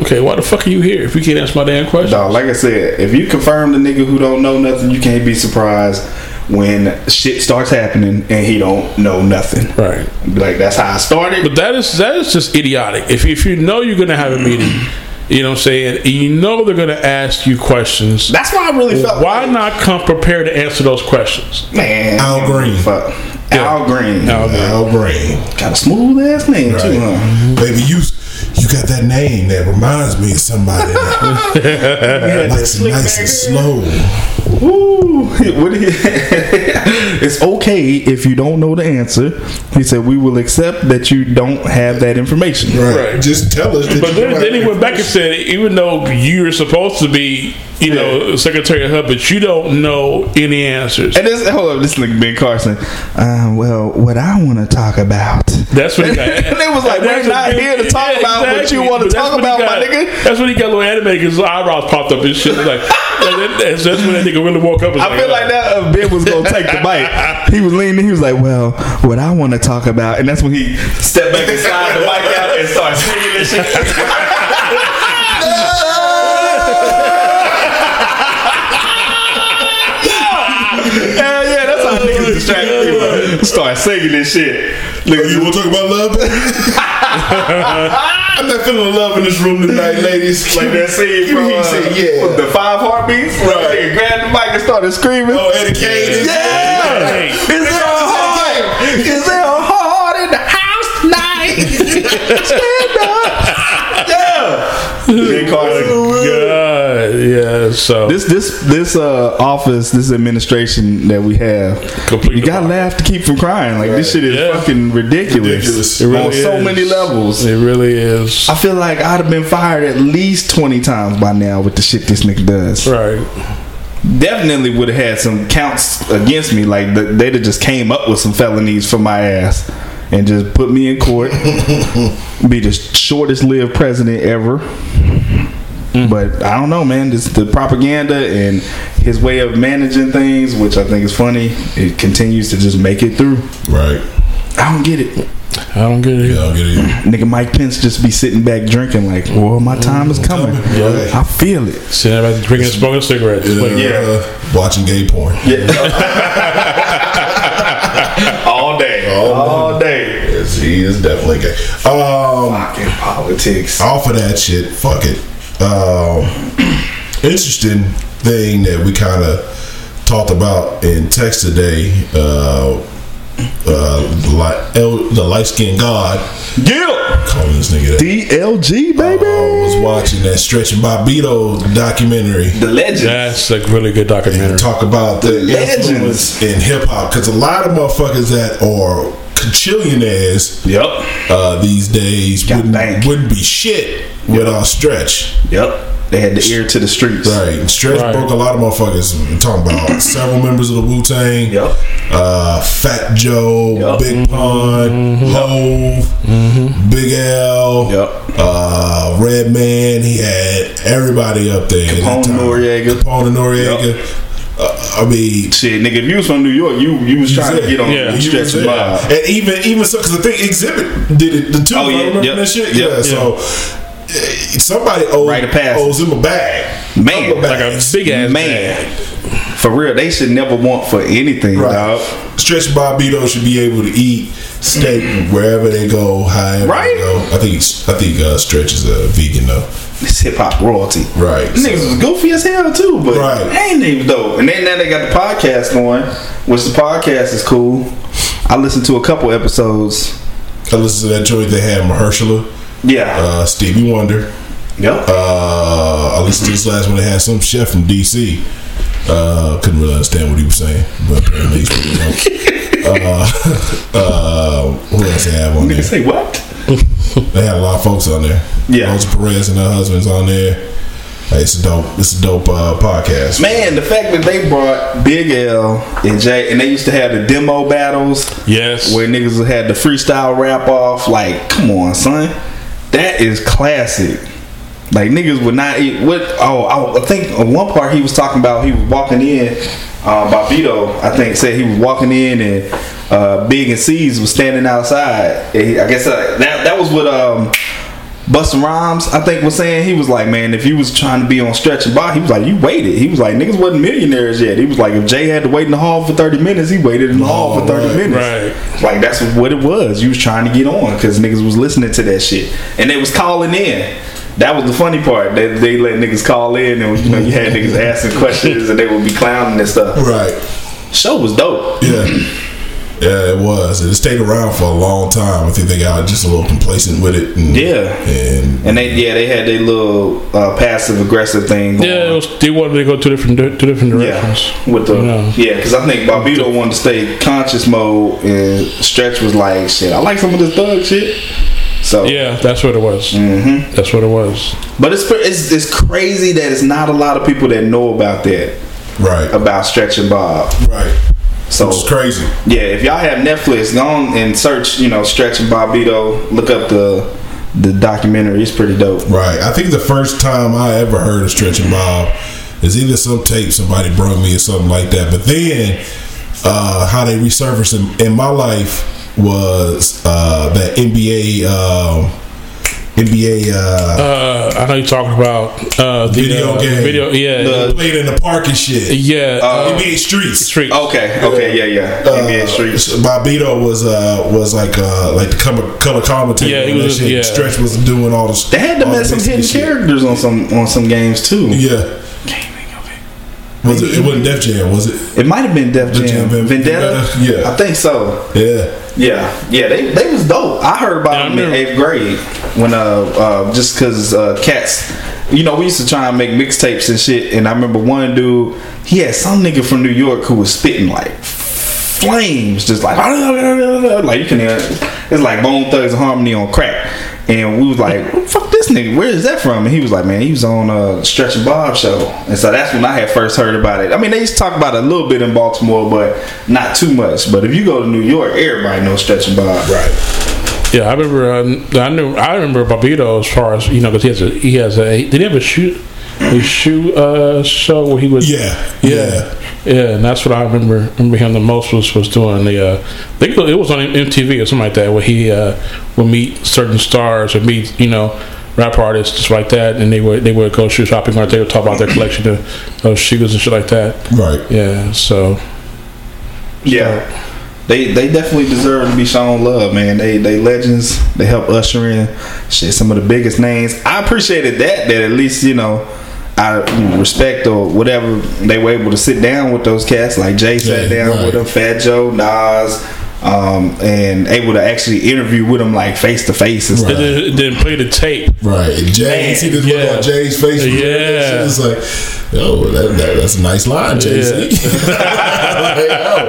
okay, why the fuck are you here if you can't answer my damn question? Dog, like I said, if you confirm the nigga who don't know nothing, you can't be surprised when shit starts happening and he don't know nothing. Right. Be like, that's how I started. But that is that is just idiotic. If if you know you're gonna have a meeting, you know what I'm saying, and you know they're gonna ask you questions. That's why I really felt. Why like, not come prepared to answer those questions? man? Al Green. Fuck. Al Green. Now, Al Green. Got a smooth ass name too, huh? Mm-hmm. Baby, you you got that name that reminds me *laughs* of somebody. nice, and nice and slow. Woo! *laughs* What he, it's okay if you don't know the answer. He said we will accept that you don't have that information. Right. Right. Just tell us. That But you then, don't then he have- went back and said, even though you're supposed to be you know, Secretary of HUD, but you don't know any answers. And this, hold up, this nigga Ben Carson. Uh, well, what I want to talk about. *laughs* That's what he got. And they was like, And that's "We're not what he- here to talk about what you wanna But that's talk what he about, got- my nigga. That's when he got a little anime because his eyebrows popped up and shit. Like, that's, that's when that nigga really woke up. and was I feel like that uh, Ben was gonna take the bite. He was leaning. He was like, "Well, what I want to talk about," and that's when he stepped back and slide the mic out and started singing this shit. *laughs* Hell yeah, that's how niggas distract people. Start singing this shit. Nigga, You want to talk about love? *laughs* I'm not feeling love in this room tonight, ladies. Like that scene from He uh, said, yeah. with the five heartbeats. Right. Right. grabbed the mic and started screaming. Oh, Eddie Kane. yeah! Hey. Is there a heart? Is there a heart in the house tonight? *laughs* Stand up. Yeah. Nick Carson. God, yeah. So This this this uh office, this administration that we have, Complete you gotta debacle. laugh to keep from crying. Like this shit is Yeah. fucking ridiculous, Ridiculous. It It really on so is. many levels. it really is I feel like I'd have been fired at least twenty times by now with the shit this nigga does. right. definitely would have had some counts against me. Like the, they'd have just came up with some felonies for my ass and just put me in *laughs* court. Be the shortest lived president ever. Mm. But I don't know, man. This the propaganda and his way of managing things, which I think is funny. It continues to just make it through. Right. I don't get it. I don't get it. Yeah, I'll get it. Nigga Mike Pence just be sitting back drinking like, well, my time is coming. Mm. *laughs* Yeah. I feel it. Sitting there about drinking, and smoking cigarettes. Like, yeah. Uh, Watching gay porn. All day. All All day. Yes, he is definitely gay. Um, Fucking politics. off of that shit, fuck it. Um, interesting thing that we kind of talked about in text today. Uh, uh, the light, el- the light skinned god, Guilt! calling this nigga that, DLG, baby. uh, was watching that stretching Bobito documentary. the legend. That's a really good documentary. and talk about the Legends. influence in hip hop because a lot of motherfuckers that are conchillionaires Yep. uh, these days Got wouldn't, bank. wouldn't be shit without Stretch. Yep. They had the ear to the streets. Right, and Stretch Right. broke a lot of motherfuckers. I'm talking *coughs* about several members of the Wu Tang. Yep. Uh, Fat Joe, Yep. Big Pun, Mm-hmm. Hove, Big L, Yep. uh, Red Man. He had everybody up there. at that Capone, time. Noriega. Capone and Noriega. Uh, I mean, Shit, nigga, if you was from New York, you you was trying to said. get on Yeah. the You stretch know of what I'm vibe. saying? And even even so, because I think Exhibit did it the two. Oh, if I yeah, remember yep, that shit. yep. yeah, so. eh, Somebody owes, Rite of passage. owes him a bag. Man. Couple Like a bags. big ass man. Man. For real, they should never want for anything, dog. Stretch Bobito should be able to eat steak wherever they go, however Right? they go. I think he's- I think uh, Stretch is a vegan though. It's hip hop royalty. Right. Them Niggas so- was goofy as hell too, but Right. they ain't even dope. And then now they got the podcast going, which the podcast is cool. I listened to a couple episodes. I listened to that joint they had Mahershala, Yeah. uh, Stevie Wonder. yep. Uh, I listened to this last one. They had some chef from DC. Uh, couldn't really understand what he was saying, but apparently he's pretty drunk. *laughs* Uh, *laughs* uh, who else they have on Nigga there? say what? They had a lot of folks on there. Yeah. Rosa Perez and her husband's on there. Hey, it's a dope. It's a dope uh, podcast. Man, the fact that they brought Big L and Jay, and they used to have the demo battles Yes. where niggas had the freestyle rap off. Like, come on, son, that is classic. Like niggas would not eat. What? Oh, I, I think on one part he was talking about he was walking in. Uh, Bobito, I think, said he was walking in and uh, Big and C's was standing outside. And he- I guess uh, that that was what um, Busta Rhymes, I think, was saying. He was like, man, if you was trying to be on stretch and buy, he was like, you waited. He was like, niggas wasn't millionaires yet. He was like, if Jay had to wait in the hall for thirty minutes, he waited in the hall for thirty right, minutes. Oh, right. Like that's what it was. You was trying to get on because niggas was listening to that shit, and they was calling in. That was the funny part. They, they let niggas call in, and you know you had niggas asking questions, and they would be clowning and stuff. Right. Show was dope. Yeah. Yeah, it was. It stayed around for a long time. I think they got just a little complacent with it. And, Yeah. And, And they yeah they had their little uh, passive aggressive thing. Going. Yeah, it was, they wanted to go two different di- two different Yeah, directions. with the Yeah. yeah, because I think Bobito wanted to stay conscious mode, and Stretch was like, "Shit, I like some of this thug shit." So Yeah, that's what it was. Mhm. That's what it was. but it's, it's it's crazy that it's not a lot of people that know about that Right. about Stretch and Bob. Right. So Which is crazy. Yeah, if y'all have Netflix, go on and search, you know, Stretch and Bobbito. Look up the the documentary. It's pretty dope. Right. I think the first time I ever heard of Stretch and Bob is either some tape somebody brought me or something like that. But then uh, how they resurfaced in, in my life was uh, that NBA um, NBA uh, Uh, I know you're talking about uh, the, Video uh, game. Video, yeah, The- played in the park and shit. yeah. Uh, NBA streets. street. Okay, okay, yeah, yeah. Uh, NBA Streets. Bobito was uh was like uh like the color, color commentary. Yeah, he on that was- shit. yeah. Stretch was doing all the. They had to all mess the some hidden Mexican shit. characters on some on some games too. Yeah, was it? It wasn't Def Jam, was it? It might have been Def Def Jam. Jam, Ven- Vendetta. Vendetta, yeah. I think so. Yeah. Yeah, yeah. They they was dope. I heard Yeah, I about them in remember. eighth grade when uh, uh just because uh, cats. You know, we used to try and make mixtapes and shit. And I remember one dude, he had some nigga from New York who was spitting like flames, just like *laughs* like you can hear it's like Bone Thugs and Harmony on crack. And we was like, "Fuck this nigga, where is that from?" And he was like, "Man, he was on uh, Stretch and Bob show." And so that's when I had first heard about it. I mean, they used to talk about it a little bit in Baltimore, but not too much. But if you go to New York, everybody knows Stretch and Bob. Right. Yeah, I remember. Uh, I knew. I remember Bobito as far as you know, because he has a. He has a. Did he have a shoot? A shoe uh, show where he was. Yeah. Yeah. Yeah, and that's what I remember. Remember him the most was was doing the. Uh, I think it was on MTV or something like that, where he uh, would meet certain stars or meet you know rap artists just like that, and they would they would go shoe shopping or they would talk about their collection of, of shoes and shit like that. Right. Yeah, so Yeah. They, they definitely deserve to be shown love, man. They they legends. They help usher in shit some of the biggest names. I appreciated that that at least you know I you know, respect or whatever they were able to sit down with those cats. Like Jay sat Yeah, down right. with them, Fat Joe, Nas, um, and able to actually interview with them like face to face and Right. stuff. and then, then play the tape. Right. And Jay, you see this yeah. look on Jay's face. when he heard Yeah. that shit? It's like, oh, that, that, that's a nice line, Jay Z. *laughs*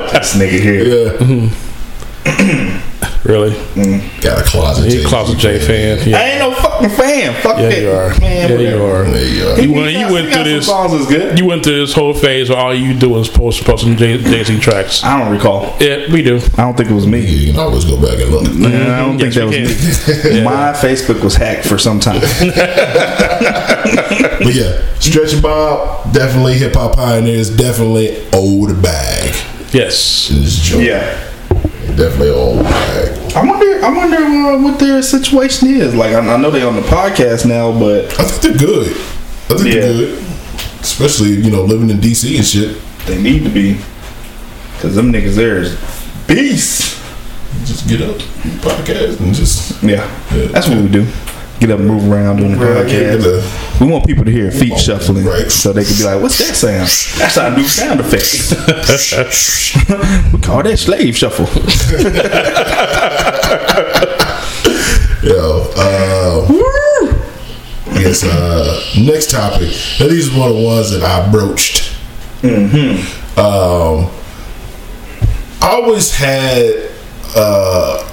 This nigga here. Mm-hmm. yeah. Really, Got a closet. he a closet J fan. I Yeah, ain't no fucking fan. Fuck yeah, that. you are. Man, Yeah, whatever. you are. There you You are. He went. got- You went he got through some this. Songs is good. You went through this whole phase where all you do is post posting Jay Z tracks. I don't recall. Yeah, we do. I don't think it was me. You can always go back and Mm-hmm. look. Yeah, I don't Yes, think we that was me. My Facebook was hacked for some *laughs* time. But yeah, Stretch and Bob, definitely hip hop pioneers, definitely old bag. Yes. This joint. yeah. Definitely old bag. I wonder. I wonder uh, what their situation is. Like, I, I know they on the podcast now, but I think they're good. I think Yeah. they're good. Especially, you know, living in DC and shit. they need to be because them niggas there is beasts. Just get up, podcast, and just. Yeah, that's what we do. Get up, and move around doing the Get podcast. the- We want people to hear feet shuffling, Right. so they can be like, "What's that sound? That's our new sound effect. *laughs* we call that slave shuffle." Yo, uh, I guess uh, next topic. Now, these are one of the ones that I broached. Um, I always had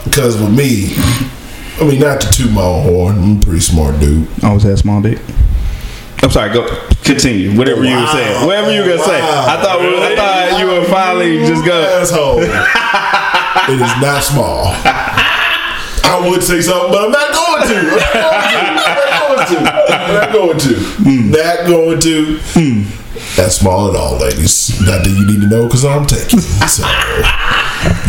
because with me, I mean, not to toot my own horn. I'm a pretty smart dude. I always had small dick. I'm sorry. Go continue. Whatever you were saying. Wow. Whatever you were gonna say. I thought. we- I thought you were finally just go. asshole. it is not small. I would say something, but I'm not going to. I'm not going to. I'm not going to. Not going to. That's small at all, ladies. Not that you need to know because I'm taking. it. So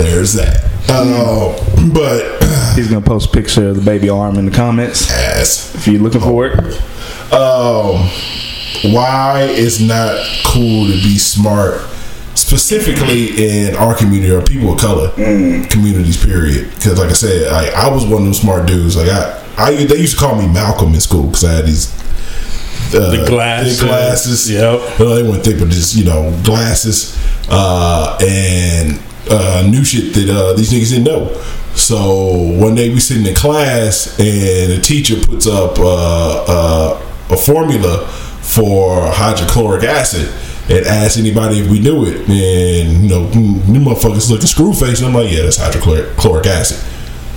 there's that. Uh, but *clears throat* He's gonna post a picture of the baby arm in the comments ass. if you're looking for it. um, why it's not cool to be smart, specifically in our community or people of color communities. Period. Because, like I said, I, I was one of them smart dudes. Like I, I they used to call me Malcolm in school because I had these. Uh, The glasses. thick glasses. Yep. Well, they weren't thick, but just you know, glasses uh, and uh, new shit that uh, these niggas didn't know. So one day we sitting in class and the teacher puts up uh, uh, a formula for hydrochloric acid and asks anybody if we knew it. And you know, them motherfuckers looking screw face, and I'm like, yeah, that's hydrochloric chloric acid.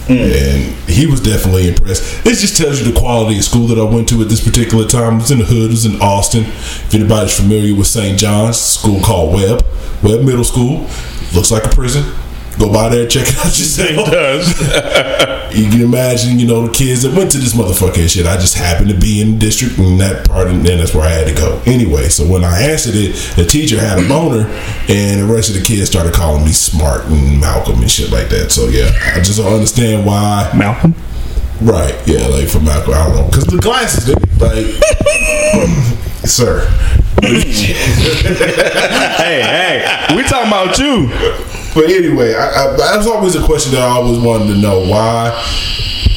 and he was definitely impressed. This just tells you the quality of school that I went to at this particular time. It was in the hood, it was in Austin. If anybody's familiar with St. John's, school called Webb, Webb Middle School, looks like a prison. Go by there, check it out *laughs* Oh. yourself. It *laughs* does. You can imagine, you know, the kids that went to this motherfucking shit. I just happened to be in the district and that part, and then that's where I had to go. Anyway, so when I answered it, the teacher had a boner, and the rest of the kids started calling me smart and Malcolm and shit like that. So yeah, I just don't understand why. Malcolm. Right? Yeah, like for Malcolm, I don't know, because the glasses, dude, like, *laughs* sir. Hey, hey, we talking about you. But anyway, I, I, that's always a question that I always wanted to know why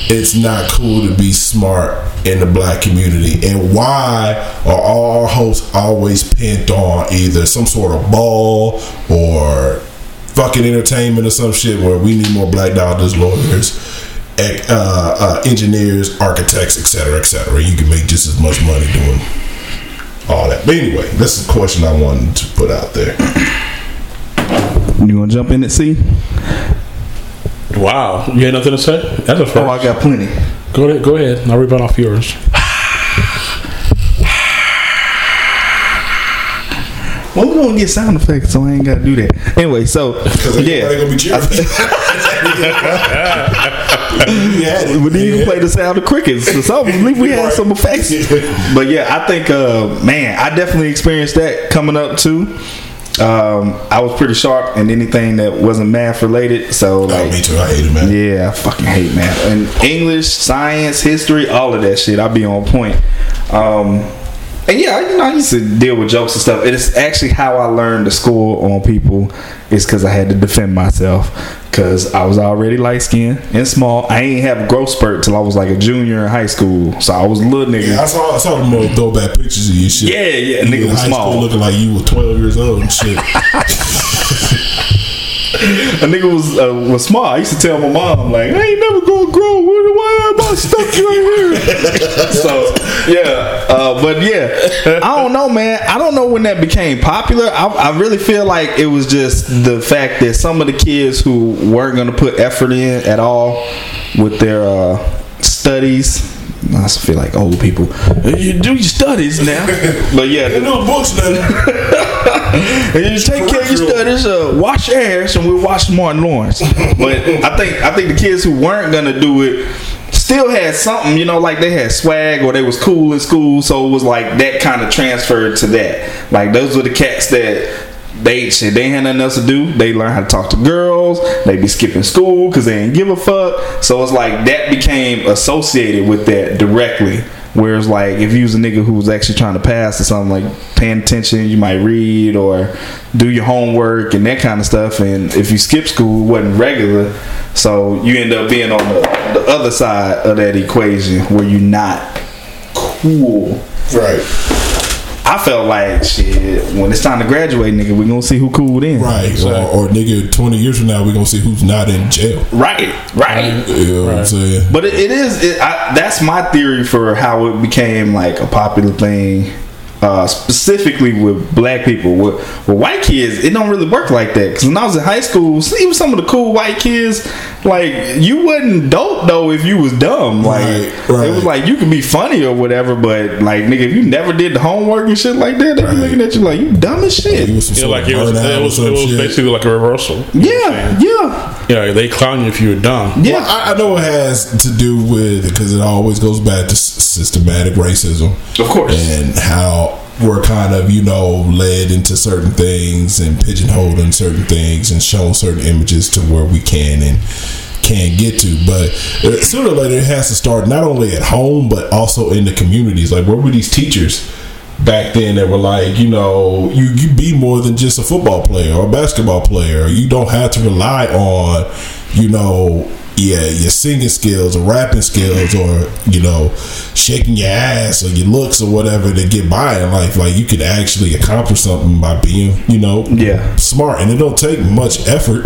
it's not cool to be smart in the black community, and why are all our hosts always pinned on either some sort of ball or fucking entertainment or some shit where we need more black doctors, lawyers. ec- Uh, uh, engineers, architects, etc., etc. You can make just as much money doing all that. But anyway, this is a question I wanted to put out there. You gonna jump in at C? Wow. You ain't nothing to say? That's a Oh, first. I got plenty. Go ahead. Go ahead. I'll rebound off yours. Well, we gonna get sound effects, so I ain't gotta do that. Anyway, so Everybody yeah, gonna be cheering. *laughs* for you. You had it. we didn't even play the sound of crickets. So I believe we had some effects. *laughs* But yeah, I think uh, man, I definitely experienced that coming up too. Um, I was pretty sharp in anything that wasn't math related. So Oh, like, me too. I hate it, man. Yeah, I fucking hate math. And English, science, history, all of that shit. I'll be on point. Um, and yeah, you know, I used to deal with jokes and stuff. And it's actually how I learned to score on people is because I had to defend myself. Because I was already light skinned and small. I ain't have a growth spurt till I was like a junior in high school. So I was a little nigga. Yeah, I saw I saw them old throwback pictures of you and shit. Yeah, yeah, You nigga in was high small. School looking like you were twelve years old and shit. a nigga was uh, was small. I used to tell my mom like, I ain't never gonna grow. Why why am I stuck right here? *laughs* so yeah, uh, but yeah, I don't know, man. I don't know when that became popular. I, I really feel like it was just the fact that some of the kids who weren't gonna put effort in at all with their uh, studies. I also feel like old people. You do your studies now, but yeah, They knew the books then. and you take care of your studies. Uh, wash your ass, and we'll watch Martin Lawrence. but I think I think the kids who weren't gonna do it still had something, you know, like they had swag or they was cool in school, so it was like that kind of transferred to that. Like those were the cats that. They shit, they ain't had nothing else to do. They learn how to talk to girls. They be skipping school because they ain't give a fuck. So it's like that became associated with that directly. Whereas, like, if you was a nigga who was actually trying to pass or something, like paying attention, you might read or do your homework and that kind of stuff. And if you skip school, it wasn't regular, so you end up being on the, the other side of that equation where you're not cool. right. I felt like shit. When it's time to graduate, nigga, we gonna see who cool then. Right. Or, or nigga, twenty years from now we gonna see who's not in jail. right, right. You know what I'm saying? But it, it is. It, I, that's my theory for how it became like a popular thing, uh, specifically with black people. With, with white kids, it don't really work like that. Because when I was in high school, even some of the cool white kids, like you wasn't dope though if you was dumb. Like Right, right. it was like you could be funny or whatever, but like nigga, if you never did the homework and shit like that, they be Right. looking at you like you dumb as shit. You was some Yeah, sort like of it was, burnout it or was, some it was shit. basically like a reversal. yeah, yeah, Yeah, they clown you if you were dumb. yeah. Well, I, I know it has to do with because it always goes back to s- systematic racism, Of course. and how we're kind of you know led into certain things and pigeonholed in certain things and shown certain images to where we can and can get to but uh, sooner or later it has to start not only at home but also in the communities like where were these teachers back then that were like you know you, you be more than just a football player or a basketball player you don't have to rely on you know yeah your singing skills or rapping skills or you know shaking your ass or your looks or whatever to get by in life like you could actually accomplish something by being you know Yeah. smart and it don't take much effort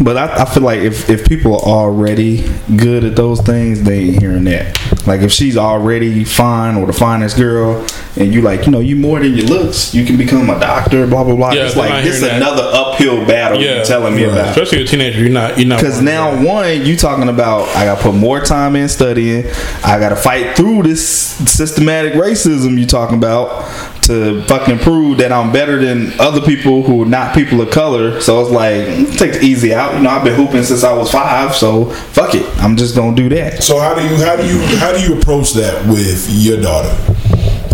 But I, I feel like if, if people are already good at those things, they ain't hearing that. Like if she's already fine or the finest girl, and you like, you know, you more than your looks, you can become a doctor, blah blah blah. Yeah, it's I'm like not this hearing that. another uphill battle Yeah, you're telling me right. about. Especially a teenager, you're not, you're not. Because one of now, one, you talking about I got to put more time in studying. I got to fight through this systematic racism you talking about to fucking prove that I'm better than other people who are not people of color. So it's like mm, take the easy out. You know, I've been hooping since I was five, so fuck it. I'm just gonna do that. So how do you how do you how do you approach that with your daughter?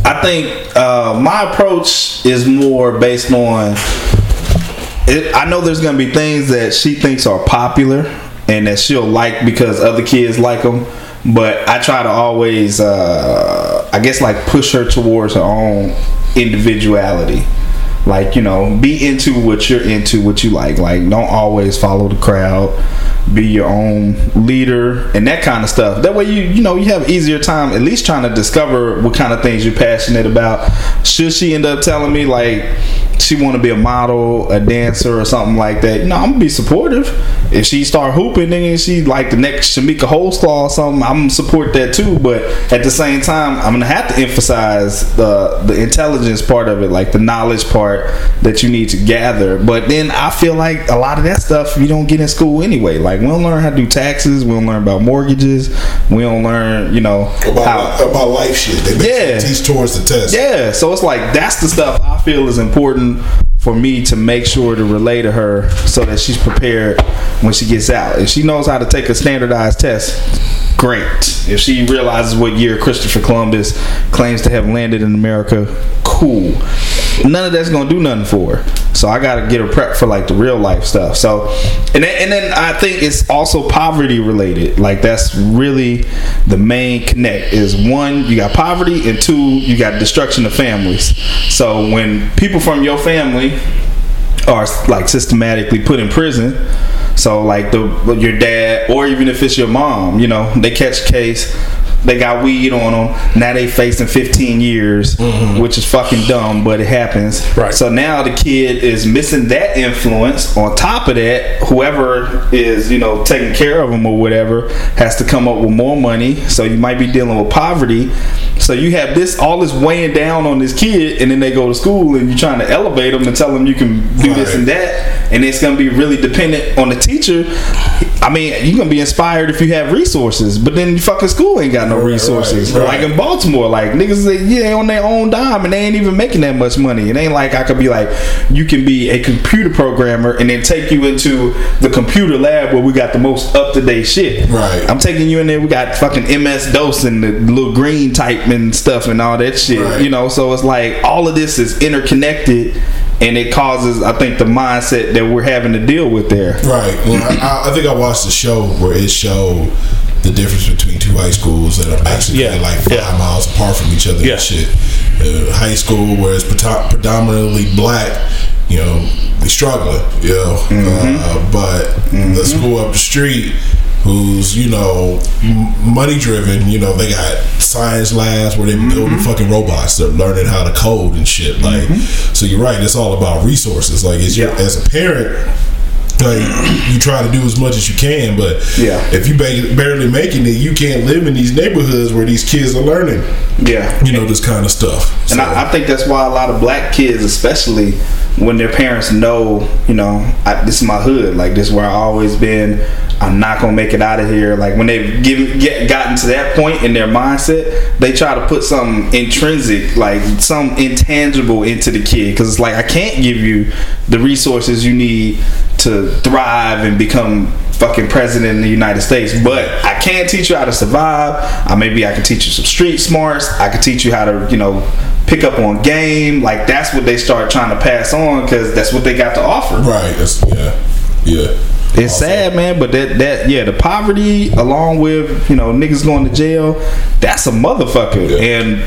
I think uh, my approach is more based on. It, I know there's gonna be things that she thinks are popular and that she'll like because other kids like them, but I try to always, uh, I guess, like push her towards her own individuality. Like you know, be into what you're into, what you like. Like don't always follow the crowd be your own leader and that kind of stuff. That way you you know you have easier time at least trying to discover what kind of things you're passionate about. Should she end up telling me like she want to be a model, a dancer, or something like that? You know, I'm gonna be supportive. If she start hooping, then she like the next Shamika Holstlaw or something. I'm gonna support that too. But at the same time, I'm gonna have to emphasize the the intelligence part of it, like the knowledge part that you need to gather. But then I feel like a lot of that stuff you don't get in school anyway. Like we don't learn how to do taxes, we don't learn about mortgages, we don't learn, you know, About how. about life shit. They Yeah. basically teach towards the test. Yeah, so it's like that's the stuff I feel is important for me to make sure to relay to her so that she's prepared when she gets out. If she knows how to take a standardized test, great. If she realizes what year Christopher Columbus claims to have landed in America, cool. None of that's gonna do nothing for her. So I gotta get her prep for like the real life stuff. So, and then, and then I think it's also poverty related. Like that's really the main connect is one you got poverty and two you got destruction of families. So when people from your family are like systematically put in prison. So like the your dad or even if it's your mom, you know, they catch a case, they got weed on them. Now they facing 15 years, which is fucking dumb, but it happens. Right. So now the kid is missing that influence. On top of that, whoever is you know taking care of them or whatever has to come up with more money. So you might be dealing with poverty. So you have this all this weighing down on this kid, and then they go to school, and you're trying to elevate them and tell them you can do this Right. and that, and it's gonna be really dependent on the teacher. I mean, you're gonna be inspired if you have resources, but then fucking school ain't got no right, resources. right. Like in Baltimore, like niggas, they, yeah, they on their own dime and they ain't even making that much money. It ain't like I could be like, you can be a computer programmer and then take you into the computer lab where we got the most up to date shit. Right. I'm taking you in there. We got fucking MS DOS and the little green type and stuff and all that shit. Right. You know, so it's like all of this is interconnected. And it causes, I think, the mindset that we're having to deal with there. Right. Well, I, I- I think I watched a show where it showed the difference between two high schools that are basically Yeah, like five yeah. miles apart from each other Yeah. and shit. Uh, high school where it's preto- predominantly black, you know, they struggling, you know. Uh, but the school up the street, who's you know money driven, you know, they got science labs where they building fucking robots. They're learning how to code and shit. Like, so you're right. It's all about resources. Like, it's your, Yeah. as a parent like you try to do as much as you can, but Yeah. if you ba- barely making it, you can't live in these neighborhoods where these kids are learning, Yeah. you know, this kind of stuff. And I, I think that's why a lot of black kids, especially when their parents know, you know, I, this is my hood, like this is where I always been. I'm not gonna make it out of here. Like when they've given, get gotten to that point in their mindset, they try to put some intrinsic, like some intangible, into the kid because it's like I can't give you the resources you need to thrive and become fucking president of the United States, but I can teach you how to survive. I maybe I can teach you some street smarts. I can teach you how to, you know, pick up on game. Like that's what they start trying to pass on because that's what they got to offer. right? That's yeah, yeah. It's sad, man, but that that yeah, the poverty along with you know niggas going to jail, that's a motherfucker. Yeah. And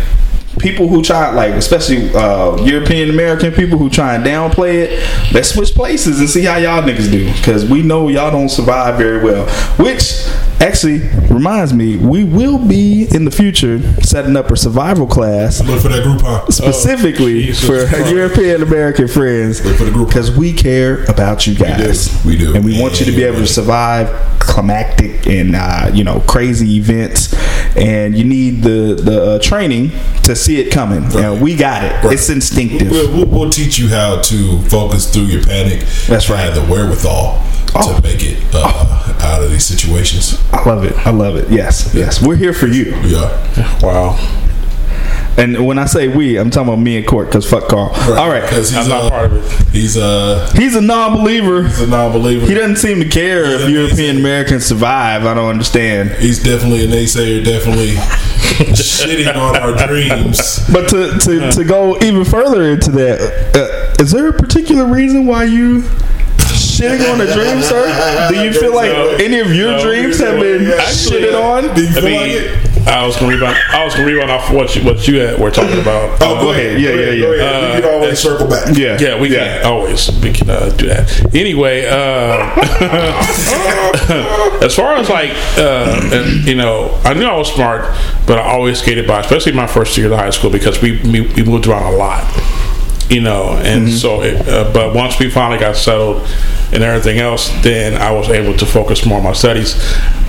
people who try like, especially uh, European American people who try and downplay it, let's switch places and see how y'all niggas do, because we know y'all don't survive very well. Which actually reminds me, we will be in the future setting up a survival class Look for that Groupon. specifically Jesus for Christ. European American friends Look for the Groupon. because we care about you guys. We do. And we want you to be able to survive climactic and uh, you know crazy events, and you need the the uh, training to see it coming, and we got it. It's instinctive. We'll, we'll, we'll teach you how to focus through your panic. That's and right. The wherewithal Oh. to make it uh, out of these situations. I love it. I love it. Yes, yes. We're here for you. Yeah. Wow. And when I say we, I'm talking about me and Court because fuck Carl. All right. Because he's I'm not uh, part of it. He's uh, He's a non believer. he's a non-believer. He doesn't seem to care if European Americans survive. I don't understand. He's definitely a *laughs* naysayer, definitely shitting on our dreams. But to, to, to go even further into that, uh, is there a particular reason why you shitting on a dream, sir? Do you feel *laughs* like No. any of your No. dreams have been Actually, shitted on? Do you I feel like mean, it? I was gonna rebound. I was gonna rebound off what you, what you had, were talking about. Oh, go ahead. Yeah, Go yeah, ahead, yeah. go ahead. we Uh, can always circle back. Yeah. Yeah, we can always we can uh, do that. Anyway, uh, *laughs* as far as like uh, and, you know, I knew I was smart, but I always skated by, especially my first year of high school because we we, we moved around a lot, you know, Mm-hmm. and so it, uh, but once we finally got settled and everything else, then I was able to focus more on my studies.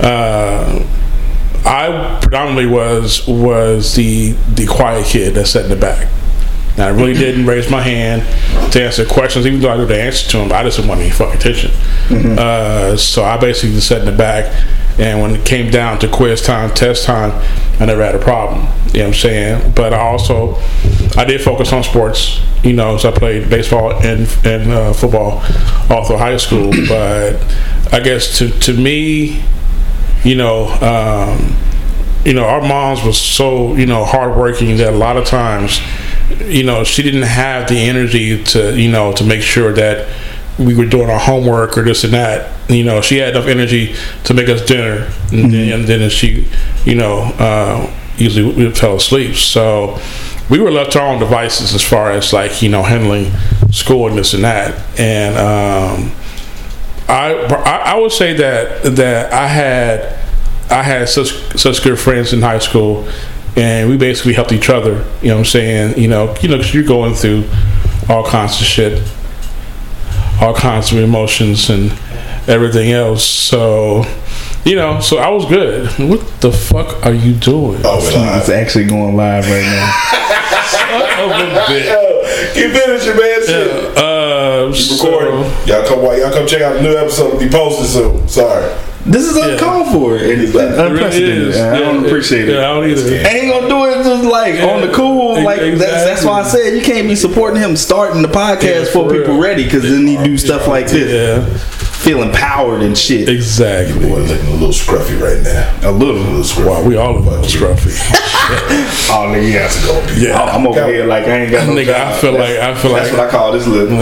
Uh, I predominantly was was the the quiet kid that sat in the back. And I really didn't raise my hand to answer questions, even though I knew the answer to them. I just didn't want any fucking attention. Uh, so I basically just sat in the back. And when it came down to quiz time, test time, I never had a problem. You know what I'm saying? But I also, I did focus on sports. You know, so I played baseball and and uh, football all through high school. But I guess to to me, you know, um, you know, our moms was so you know hardworking that a lot of times, you know, she didn't have the energy to you know to make sure that we were doing our homework or this and that. You know, she had enough energy to make us dinner, and, then, and then she, you know, uh, usually we would fell asleep. So we were left to our own devices as far as like you know handling school and this and that, and. Um, I, I I would say that that I had I had such such good friends in high school, and we basically helped each other. You know what I'm saying? You know, you know, you you're going through all kinds of shit, all kinds of emotions and everything else. So, you know, so I was good. What the fuck are you doing? Oh, we're live. uh, It's actually going live right now. Yo, keep finishing, man. Shit. Uh, so, Recording. Y'all come, wa- y'all come check out the new episode. It'll be posted soon. Sorry. This is uncalled for and it's it really unprecedented. is. and I don't Yeah, appreciate it. Yeah, I don't I either. ain't gonna do it just like Yeah, on the cool. e- Like that's, that's why I said you can't be supporting him starting the Yeah, podcast for for people real. ready because then he do stuff like this, Yeah, feeling powered and shit. exactly. Boy, looking a little scruffy right now. A little. A little scruffy. Wow, we all about *laughs* scruffy. Oh nigga, yeah. That's a goal. Yeah. I'm over here like I ain't got no Nigga, I job. feel That's- like I feel That's like what I call this little.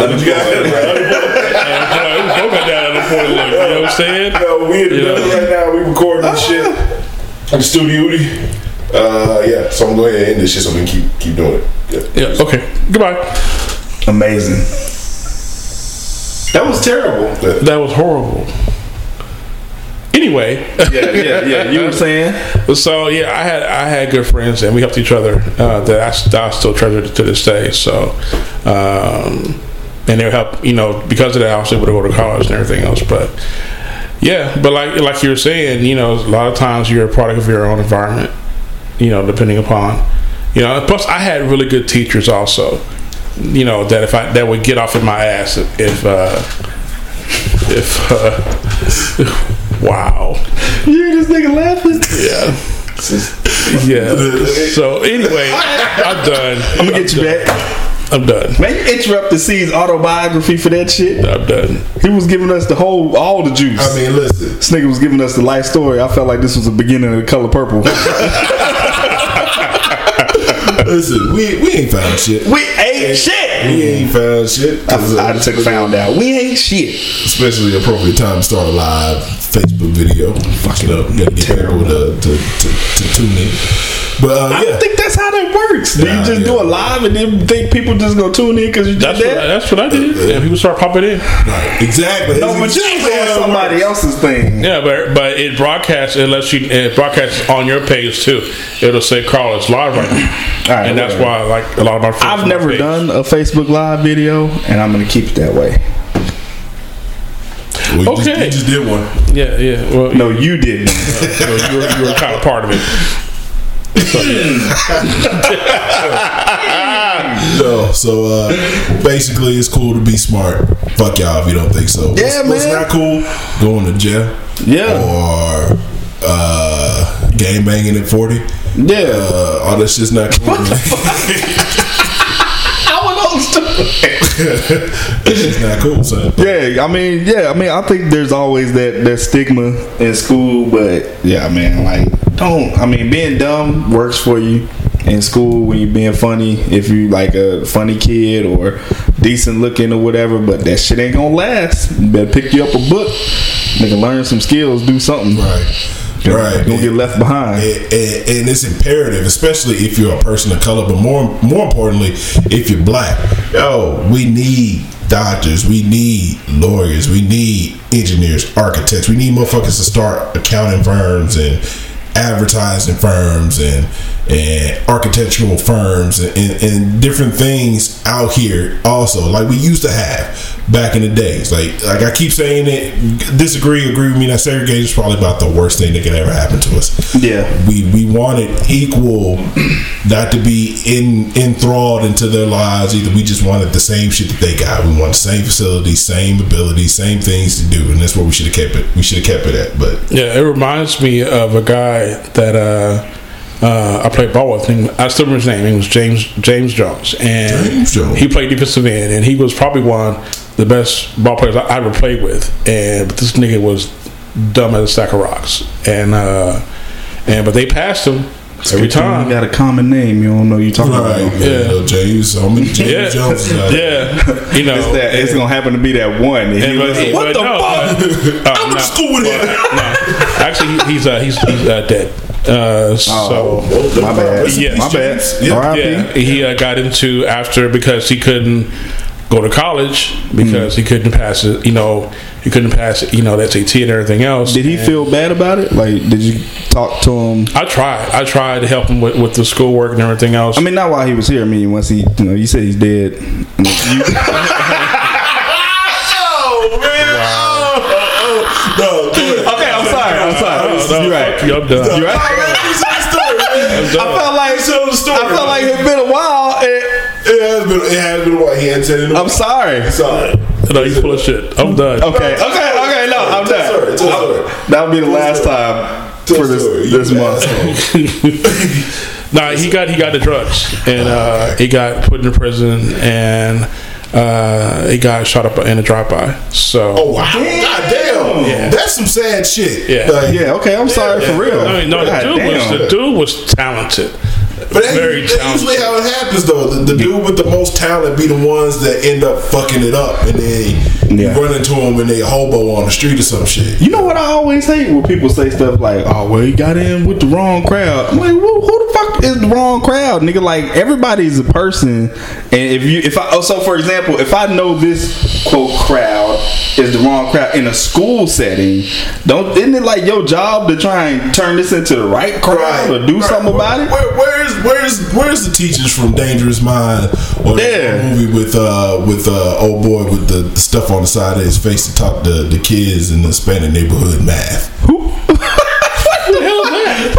Uh, we both got down on the point. Like, you know what I'm saying? Yo, we in the Yeah. middle right now. We recording this shit in the studio. Uh, yeah. So I'm going to end this shit so we can keep keep doing it. Yeah. Yeah. Okay. Goodbye. Amazing. That was terrible. That was horrible. Anyway, Yeah, yeah, yeah. You know what I'm saying? so yeah, I had I had good friends and we helped each other. Uh, that I, s- that I still treasure to this day. So, um, and they help you know because of that I was able to go to college and everything else. But yeah, but like like you were saying, you know, a lot of times you're a product of your own environment. You know, depending upon you know. Plus, I had really good teachers also. You know that if I that would get off of my ass if if uh, if uh, *laughs* wow. You hear this nigga laughing? Yeah. Yeah. So anyway, I'm done. I'm gonna get you back. I'm done. Man, you interrupted C's autobiography for that shit. I'm done. He was giving us the whole, all the juice. I mean, listen. This nigga was giving us the life story. I felt like this was the beginning of the color purple. Listen, we, we ain't found *laughs* shit. we ain't shit. We ain't found shit. 'cause, uh, I just took found out. We ain't shit. Especially the appropriate time to start a live Facebook video. Fucking up. Gotta get people to, to, to, to tune in. But uh, I yeah. don't think that's how that works. Do you Nah, just yeah. do a live and then think people just gonna tune in because you did That's what, that? that's what I did. And people start popping in. Right, exactly. no, Oh, but you Exactly doing how it somebody works. else's thing. Yeah, but but it broadcasts it lets you it broadcasts on your page too. It'll say Carl is live right now. All right, and that's why like a lot of my friends. I've on my never page. done a Facebook live video, and I'm gonna keep it that way. Well, you just- Okay. you just did one. Yeah, yeah. Well, No, you didn't. you, you, were, you were kind of part of it. No, so uh, basically, it's cool to be smart. Fuck y'all if you don't think so. Yeah, what's, what's man. not cool? Going to jail. Yeah. Or uh, game banging at forty. *laughs* Yeah. Uh, all that *laughs* shit's not cool. man. That shit's not cool, son. Yeah, I mean, yeah, I mean, I think there's always that that stigma in school, but yeah, man, like don't. I mean, being dumb works for you in school when you're being funny. If you like a funny kid or decent looking or whatever, but that shit ain't gonna last. You better pick you up a book, nigga, learn some skills, do something. Right. You're Right. gonna get left behind. and, and, and it's imperative, especially if you're a person of color, but more more importantly, if you're black. Yo, we need doctors, we need lawyers, we need engineers, architects, we need motherfuckers to start accounting firms and advertising firms and and architectural firms and, and, and different things out here also like we used to have back in the days like like i keep saying it disagree agree with me that segregation is probably about the worst thing that can ever happen to us Yeah. we we wanted equal, not to be in enthralled into their lives. Either we just wanted the same shit that they got. We wanted the same facilities, same abilities, same things to do, and that's what we should have kept it. We should have kept it at. But Yeah, it reminds me of a guy that uh, uh, I played ball with. Him. I still remember his name. He was James James Jones, and James Jones. he played defensive end, and he was probably one of the best ball players I I ever played with. And but this nigga was dumb as a sack of rocks, and uh, and but they passed him every You time. got a common name, you don't know you talking right, about. yeah, James, so many James Yeah, Jones. Out there. yeah, you know. It's that it's gonna happen to be that one. And he And, but- was like, but what the no, fuck? but- uh, I'm in no. school with him. No, actually, he- he's uh, he's he's uh, dead. Uh, Oh. so My bad. Yes. My bad. Yeah. R.I.P. yeah, he uh, got into after because he couldn't go to college because he couldn't pass it. You know, he couldn't pass you know the SAT and everything else. Did he feel bad about it? Like, did you talk to him? I tried. I tried to help him with, with the schoolwork and everything else. I mean, not while he was here. I mean, once he, you know, you said he's dead. No, go ahead. Oh. Okay, I'm sorry. I'm sorry. You're right. fuck you, I'm done. You're right. I I felt like Tell the story. I felt like it's been a while. And it has been it has been what he had said. in the- I'm sorry. Okay. sorry. No, you full of shit. I'm done. Okay. Okay. No, I'm Sorry, done. it's all right. That'll be the last time Tell for this the story. this You month. *laughs* asshole. Nah, he got he got the drugs and uh, he got put in prison and uh, he got shot up in a drive by. So Oh wow! God damn! Yeah. That's some sad shit. Yeah. Like, Yeah. Okay. I'm sorry for real. I mean, no, the God dude was damn. the dude was talented. But that's, Very that's talented. usually how it happens, though. The, the dude with the most talent be the ones that end up fucking it up, and then Yeah. you run into them and they a hobo on the street or some shit. You know what I always hate when people say stuff like, "Oh, well, he got in with the wrong crowd." I'm like, who, who the fuck is the wrong crowd, nigga? Like everybody's a person, and if you, if I, oh, so for example, if I know this quote crowd is the wrong crowd in a school setting, don't isn't it like your job to try and turn this into the right crowd or do Right. something about it? Where, where's where's where's the teachers from Dangerous Mind or Yeah. that movie with uh with uh old boy with the, the stuff on the side of his face to talk to the kids in the Hispanic neighborhood math? Come on, man!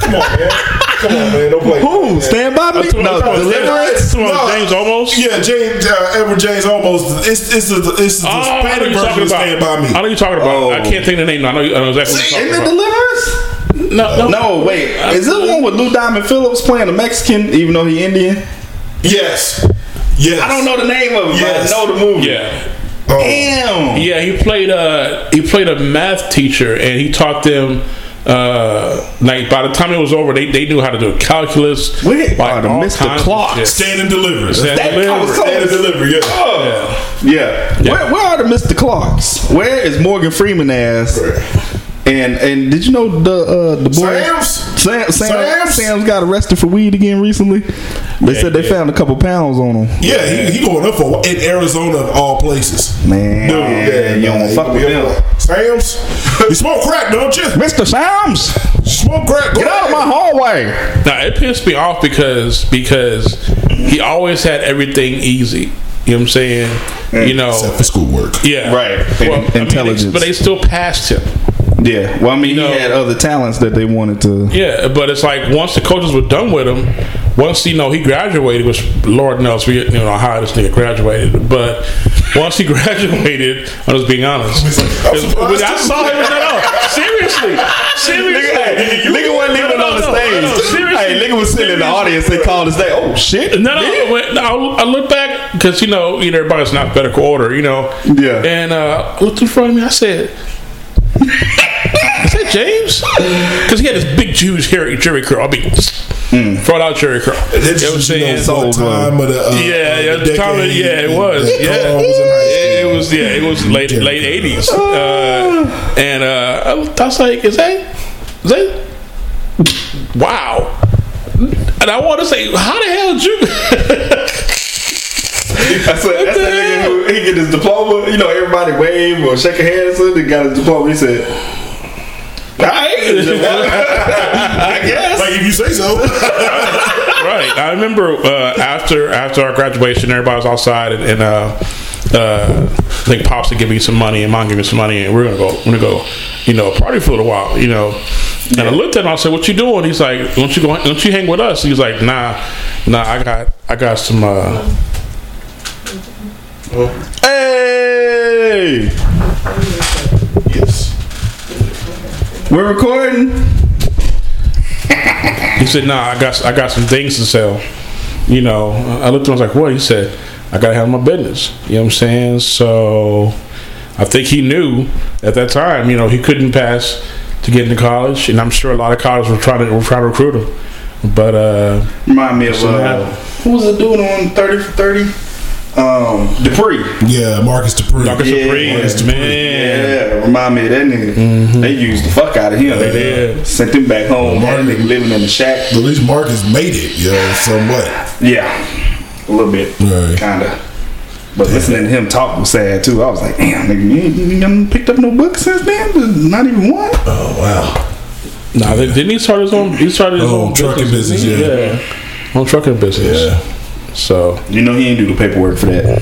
Come on, man! Don't play. Who? Stand by me? No, deliverance. Come on, James almost. Yeah, James, uh, Edward James almost. It's it's the it's the Oh, I know Hispanic you're version talking of about. Stand by Me. Oh. I know you're talking about. I can't think of the name. I know, I know exactly what you're Isn't it talking deliverance? about. No, no. No, wait. Is this one with Lou Diamond Phillips playing a Mexican, even though he Indian? Yes, yes. I don't know the name of it, Yes. but I know the movie. Yeah, Oh. Damn. yeah. He played a he played a math teacher, and he taught them. Uh, like by the time it was over, they, they knew how to do calculus. Wait, like, oh, all Mr. kinds of Clark. shit. Stand and deliver. Stand Stand That, I was so- and deliver. Yeah. Oh. Yeah. Where, where are the Mr. Clarks? Where is Morgan Freeman ass? And and did you know the uh, the boy Sam's? Sam, Sam Sam's? Sam's got arrested for weed again recently? They said they found a couple pounds on him. Yeah, he, he going up for in Arizona of all places. Man, Dude, yeah, you don't he fuck with gonna be them. up for- Sam's, you smoke crack, don't you? Mr. Sam's, Smoke crack. Go get out of my hallway. Now it pissed me off because because he always had everything easy. You know what I'm saying? You know, Mm. Except for schoolwork. yeah, Right. Well, I mean, Intelligence. but they still passed him. Yeah. Well, I mean, You know- he had other talents that they wanted to. Yeah, but it's like once the coaches were done with him, once you know he graduated, which Lord knows we you know how this nigga graduated, but once he *laughs* graduated, I'm just being honest. like, *laughs* I'm It's- surprised when I too. saw him. No, no, *laughs* seriously, seriously. Nigga, You- nigga wasn't no, even no, on the no, stage. no, no, seriously. hey, nigga was sitting in the audience. They called us. They oh shit. No, no, when- no, I I look back because you know, you know, everybody's not better order, you know. Yeah. And uh, I looked in front of me. I said, "Is that James?" Because he had this big Jewish hair, Jerry curl. I mean, brought out Jerry curl. You know It's what I'm just, you saying? know, what time of the uh, yeah, of yeah, the time of- decade yeah, it that was. Carl Yeah, was in high it, school. it was. Yeah, it was late Jerry late curl. eighties. Uh, and uh, I, was, I was like, "Is that? Is that? Wow!" And I want to say, "How the hell did you?" *laughs* That's, what, that's the nigga who he get his diploma. You know, everybody wave or shake a hand. So he got his diploma. He said, "All right, I guess." Like if *laughs* you say so. right. I remember uh, after after our graduation, everybody was outside, and, and uh, uh, I think pops would give me some money, and mom gave me some money, and we're gonna go, we're gonna go, you know, party for a little while, you know. And I looked at him. I said, "What you doing?" He's like, "Don't you go? Don't you hang with us?" He's like, "Nah, nah. I got I got some." Uh, Hey, yes. we're recording. He said, "Nah, I got I got some things to sell." You know, I looked at him. I was like, "What?" He said, "I gotta have my business." You know what I'm saying? So, I think he knew at that time. You know, he couldn't pass to get into college, and I'm sure a lot of colleges were trying to were trying to recruit him. But uh, Remind me of happened. uh, who was the dude on Thirty for Thirty? Um, Dupree. Yeah, Marcus Dupree. Marcus Yeah. Dupree, man, Yeah, remind me of that nigga. They used the fuck out of him. They did. Sent him back home. That nigga living in the shack. At least Marcus made it, you know, somewhat. Yeah, a little bit, Right. kinda. But listening to him talk was sad too. I was like, damn, nigga, you ain't, you ain't picked up no book since then. But Not even one. Oh wow. Nah, then- didn't he start his own? He started his Oh, own trucking business, yeah. own trucking business. Yeah. So You know he ain't do the paperwork for that.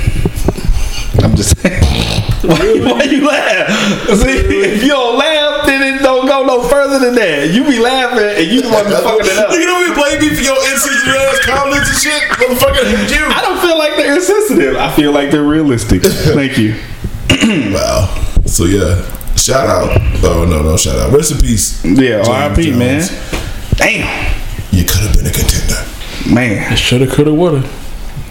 I'm just saying. *laughs* Why, you- why you laugh? See, if you don't laugh, then it don't go no further than that. You be laughing and you the one that's fucking it up. You know we blame me for your insensitive ass comments and shit, motherfucker. You. I don't feel like they're insensitive. I feel like they're realistic. Thank you. Wow. So yeah, shout out. Oh no, no shout out. Rest in peace. Yeah, James RIP, man. Jones. Damn. You could have been a contender. Man. shoulda, coulda, woulda.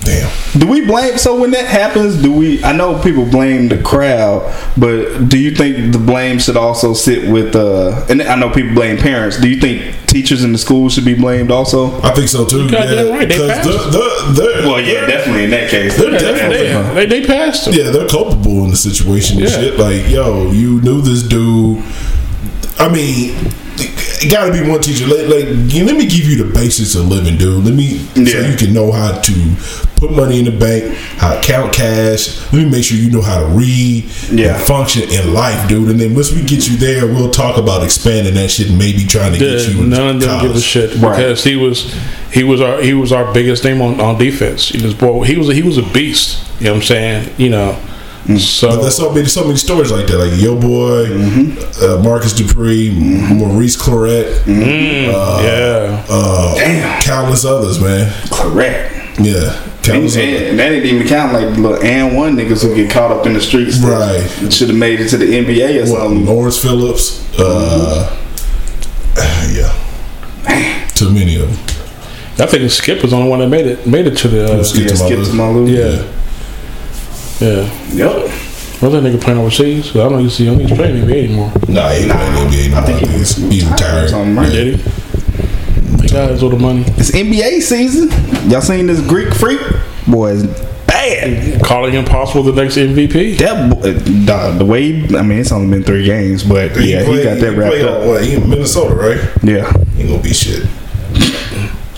Damn. Do we blame so when that happens, do we I know people blame the crowd, but do you think the blame should also sit with uh and I know people blame parents. Do you think teachers in the school should be blamed also? I think so too. You goddamn yeah. right, they 'Cause passed. they're- they're- they're- definitely in that case. They're Yeah, definitely. they, they, they passed him. Yeah, they're culpable in the situation and Yeah. shit. Like, yo, you knew this dude. I mean, it got to be one teacher. Like, like, you- let me give you the basics of living, dude. Let me so Yeah. you can know how to put money in the bank, how to count cash. Let me make sure you know how to read, and Yeah. function in life, dude. And then once we get you there, we'll talk about expanding that shit. and Maybe trying to get Yeah, you. into none of them give a college. shit Right. because he was he was our he was our biggest name on, on defense. He was boy, he was he was a beast. You know what I'm saying? You know, But so there's so many, so many stories like that. Like Yo Boy, Mm-hmm. uh, Marcus Dupree, Maurice Claret, yeah, uh, Damn. countless others, man. Correct. Yeah, And, countless others. and that didn't even count like the little and one niggas who get caught up in the streets. Right. Should have made it to the NBA or Well, something. Lawrence Phillips. Uh, yeah, too many of them. I think Skip was the only one that made it made it to the uh, Skip Yeah, to my skip list. to my loop. yeah yeah. Yep. Where's that nigga playing overseas? 'Cause I don't even see him. He's playing NBA anymore. Nah, he ain't playing the NBA no more. I think he's, he's retired. Something, right? Yeah. Did he? He got his little money. It's NBA season. Y'all seen this Greek freak? Boy, it's bad. Calling him possible the next *laughs* MVP. That boy, dog, the way he, I mean, it's only been three games, but yeah, he played- got that wrapped played up. on- what, he in Minnesota, right? Yeah. He ain't gonna be shit.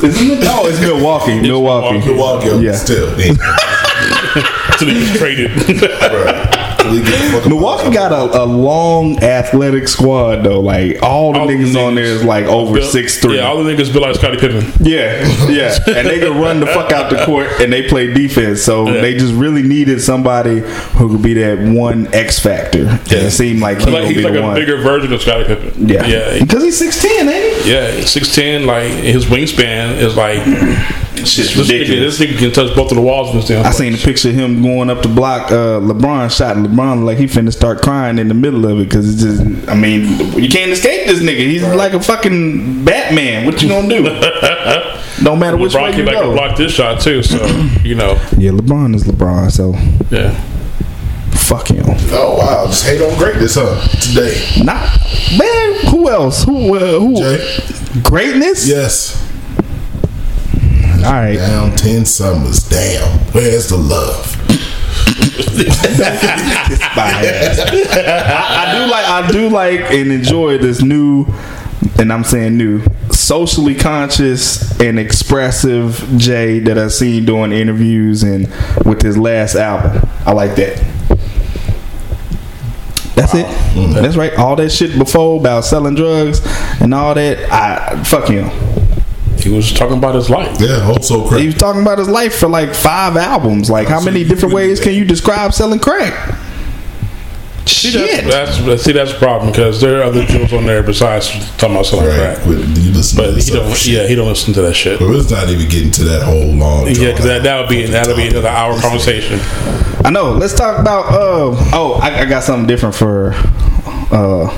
Isn't it? No, it's Milwaukee. Milwaukee. Milwaukee, Yeah. still. He ain't- That's the nigga traded. right. League, get the fuck up out Milwaukee of got a, a long athletic squad though. Like all the All the niggas on there is like over *laughs* Bill- six three. Yeah, all the niggas be like Scottie Pippen. Yeah, *laughs* yeah, and they could run the fuck out the court, and they play defense. So Yeah. they just really needed somebody who could be that one X factor. And Yeah. it seemed like he Like would he's be like the a one. bigger version of Scottie Pippen. yeah, yeah, he- because he's six ten, ain't he? yeah. Six ten. Like his wingspan is like Shit's this nigga, this nigga can touch both of the walls in this damn. I place. seen a picture of him going up the block. Uh, LeBron shot and LeBron like he finna start crying in the middle of it because it's just. I mean, you can't escape this nigga. He's like a fucking Batman. What you *laughs* gonna do? no matter which LeBron way you came back go. and blocked this shot too. So you know, Yeah, LeBron is LeBron. So yeah. fuck him. Oh wow, just hate on greatness, huh? Today, Nah, man. Who else? Who? Uh, who? Jay. Greatness. Yes, All right. down ten summers. Damn, where's the love? I do like I do like and enjoy this new and I'm saying new socially conscious and expressive Jay that I've seen doing interviews and with his last album. I like that. That's it. That's right. All that shit before about selling drugs and all that. I fuck him. He was talking about his life. Yeah, hope so. He Crazy. was talking about his life for like five albums. Like how so many you different couldn't do ways that. can you describe selling crack? See, that's, Shit. that's, that's- see, that's the problem because there are other jewels on there besides talking about selling Right, crack. with- you listen to But this he don't. other shit. Yeah, he don't listen to that shit. But it's not even getting to that whole long. Yeah, drawn because that out that would be that would be fucking another topic. hour conversation. I know. Let's talk about. Uh, oh, I, I got something different for uh,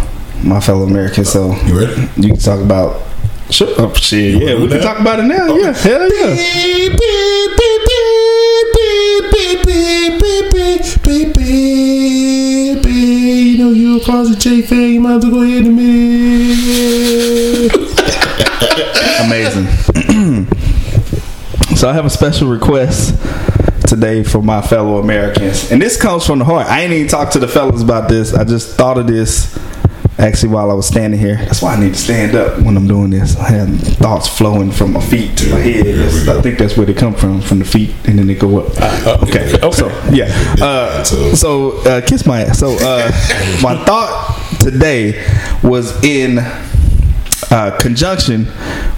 my fellow Americans. So You ready? you can talk about. Shut up, shit. Yeah, we can talk about it now. Yeah, hell yeah. You know you a closet J fan. You might have to go ahead and admit it. Amazing. *clears throat* so I have a special request today for my fellow Americans, and this comes from the heart. I ain't even talked to the fellas about this. I just thought of this actually while I was standing here. That's why I need to stand up when I'm doing this. I had thoughts flowing from my feet to my head. That's- I think that's where they come from, from the feet, and then they go up. Uh, okay. okay. So yeah. Uh, So- *laughs* so uh, kiss my ass. So uh, my thought today was in uh, conjunction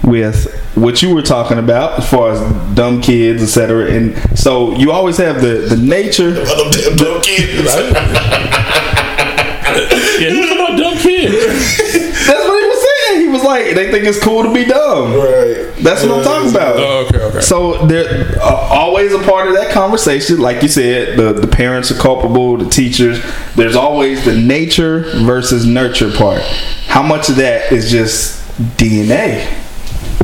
with what you were talking about as far as dumb kids, etc. And so you always have the the nature. Them damn dumb kids. Yeah, he was talking about dumb kids. That's what he was saying. He was like, they think it's cool to be dumb. Right. That's what I'm talking about. Oh, okay, okay. So they're uh, always a part of that conversation. Like you said, the, the parents are culpable, the teachers. There's always the nature versus nurture part. How much of that is just DNA?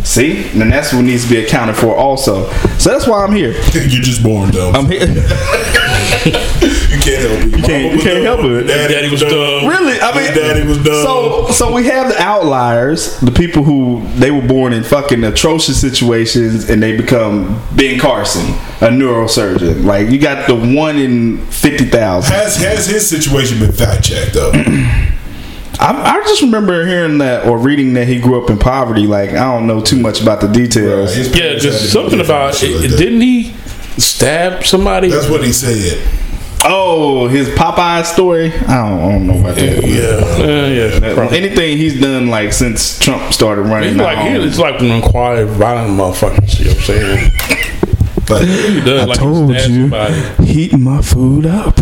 See? And that's what needs to be accounted for also. So that's why I'm here. *laughs* You're just born dumb. I'm here. *laughs* you can't help it. You can't- you can't help it. Daddy was dumb. really? I mean, His daddy was dumb. So, so we have the outliers, the people who they were born in fucking atrocious situations, and they become Ben Carson, a neurosurgeon. Like you got the one in fifty thousand. Has has his situation been fact checked though? I, I just remember hearing that or reading that he grew up in poverty. Like I don't know too much about the details. His Yeah, parents had to because be something different about and shit like that. didn't he stab somebody? That's what he said. Oh, his Popeye story. I don't, I don't know about that. yeah, uh, yeah. probably. Anything he's done like since Trump started running. He's like I don't- he's like an inquired violent motherfucker. See what I'm saying? Like, He *laughs* does, I like, he told stabbed you. somebody. heating my food up.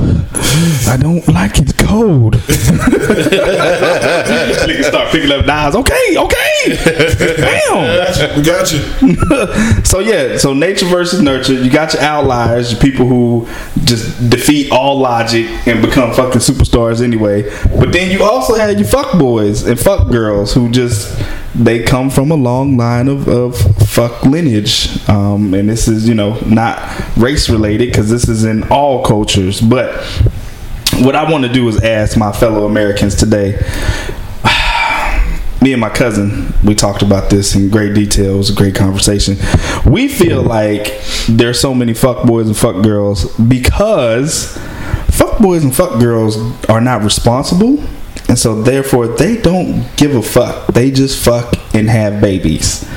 I don't like it cold. *laughs* Niggas start picking up knives. Okay, okay. Damn. we got you. So yeah, so nature versus nurture. You got your outliers, your people who just defeat all logic and become fucking superstars anyway. But then you also had your fuck boys and fuck girls who just they come from a long line of, of fuck lineage. Um, and this is, you know, not race related because this is in all cultures. But what I want to do is ask my fellow Americans today *sighs* me and my cousin we talked about this in great detail it was a great conversation we feel like there's so many fuck boys and fuck girls because fuck boys and fuck girls are not responsible and so therefore they don't give a fuck they just fuck and have babies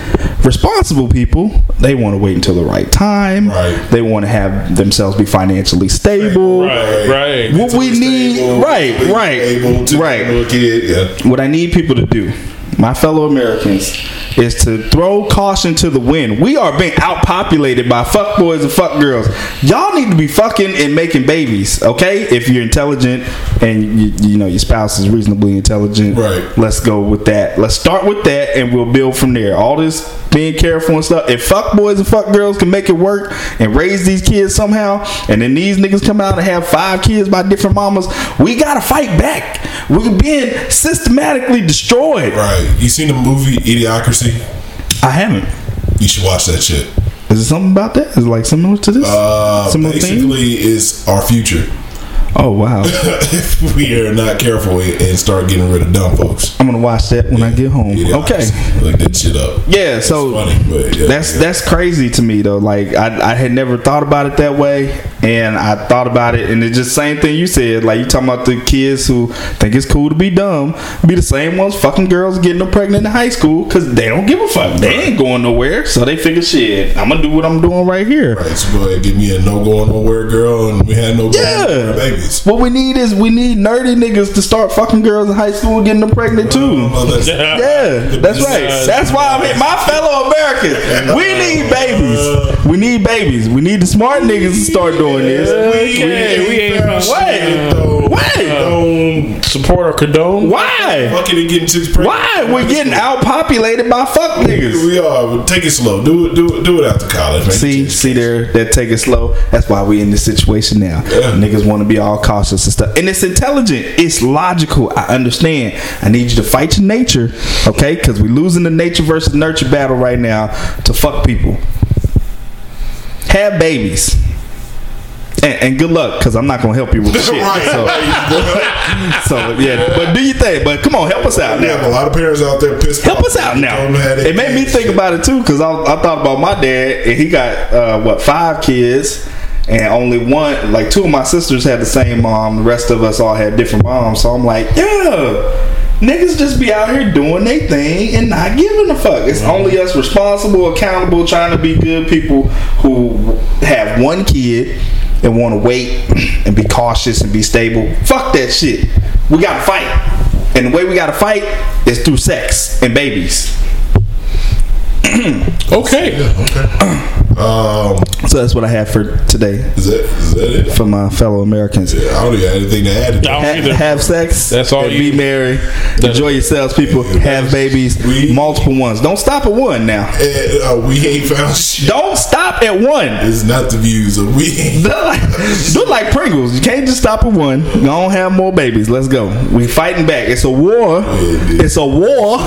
Responsible people, they want to wait until the right time. Right. They want to have themselves be financially stable. Right, right. What we need, Stable, right, be right, able to right handle a kid, yeah. what I need people to do, my fellow Americans, is to throw caution to the wind. We are being outpopulated by fuck boys and fuck girls. Y'all need to be fucking and making babies, okay? If you're intelligent and you, you know your spouse is reasonably intelligent, Right. Let's go with that. Let's start with that, and we'll build from there. All this being careful and stuff. If fuck boys and fuck girls can make it work and raise these kids somehow, and then these niggas come out and have five kids by different mamas, we gotta fight back. We're being systematically destroyed. Right. You seen the movie Idiocracy? I haven't. You should watch that shit. Is it something about that? Is it like similar to this? Uh, similar thing? basically, it's our future *laughs* Oh wow! if we are not careful and start getting rid of dumb folks. I'm gonna watch that when I get home. Okay. Idiocracy. Look that shit up. Yeah. So. Funny, but yeah, That's yeah. that's crazy to me though. Like I, I had never thought about it that way, and I thought about it, and it's just same thing you said. Like you talking about the kids who think it's cool to be dumb, be the same ones fucking girls getting them pregnant in high school because they don't give a fuck. They ain't going nowhere, so they figure shit. I'm gonna do what I'm doing right here. Right, so go ahead, give me a no going nowhere girl, and we had no going Yeah. nowhere babies. What we need is we need nerdy niggas to start fucking girls in high school getting them pregnant too. Well, that's- Yeah, that's right. That's why I'm here. My fellow Americans, we need babies. We need babies. We need the smart niggas to start doing this. We, ain't, we ain't found found Wait. shit, though. Wait, don't support or condone. why? Fucking and getting chicks pregnant. Why we're getting outpopulated by fuck niggas? We are. but Take it slow. Do it. Do it. Do it after college. Man. See, *laughs* see there, that take it slow. That's why we in this situation now. Yeah. Niggas want to be all cautious and stuff. And it's intelligent. It's logical. I understand. I need you to fight your nature, okay? Because we losing the nature versus nurture battle right now to fuck people. Have babies. And, and good luck, because I'm not gonna help you with *laughs* shit. Right. so, so yeah, but do your thing. But come on, help us out We now. have a lot of parents out there pissed. Help off. us out now. Don't know how they It made me get think about it too, because I, I thought about my dad, and he got uh, what five kids, and only one, like two of my sisters had the same mom. The rest of us all had different moms. So I'm like, yeah, niggas just be out here doing their thing and not giving a fuck. It's only us responsible, accountable, trying to be good people who have one kid and want to wait *clears throat* and be cautious and be stable. Fuck that shit. We gotta fight. And the way we gotta fight is through sex and babies. Okay. Um, So that's what I have for today is that is that it? for my fellow Americans. Yeah, I don't even have anything to add. To that. I Ha- don't either. have sex. That's all and you- Be married. Enjoy yourselves, people. Have babies. We- Multiple ones. Don't stop at one now. And, uh, we ain't found shit. Don't stop at one. *laughs* It's not the views of we. Ain't. Do like, do like Pringles. You can't just stop at one. Don't have more babies. Let's go. We fighting back. It's a war. dude. It's a *laughs* war.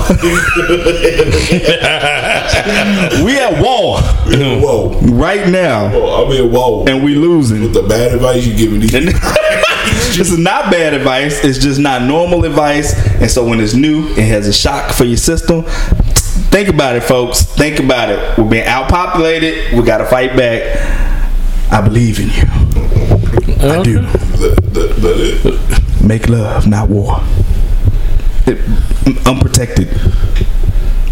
*laughs* we at war Whoa. right now, Whoa. I mean, whoa. and we losing. With the bad advice *laughs* you giving these, *laughs* And- this is not bad advice. It's just not normal advice. And so when it's new, it has a shock for your system. Think about it, folks. Think about it. We're being outpopulated. We got to fight back. I believe in you. I do. that, that, that it. Make love, not war. It- unprotected.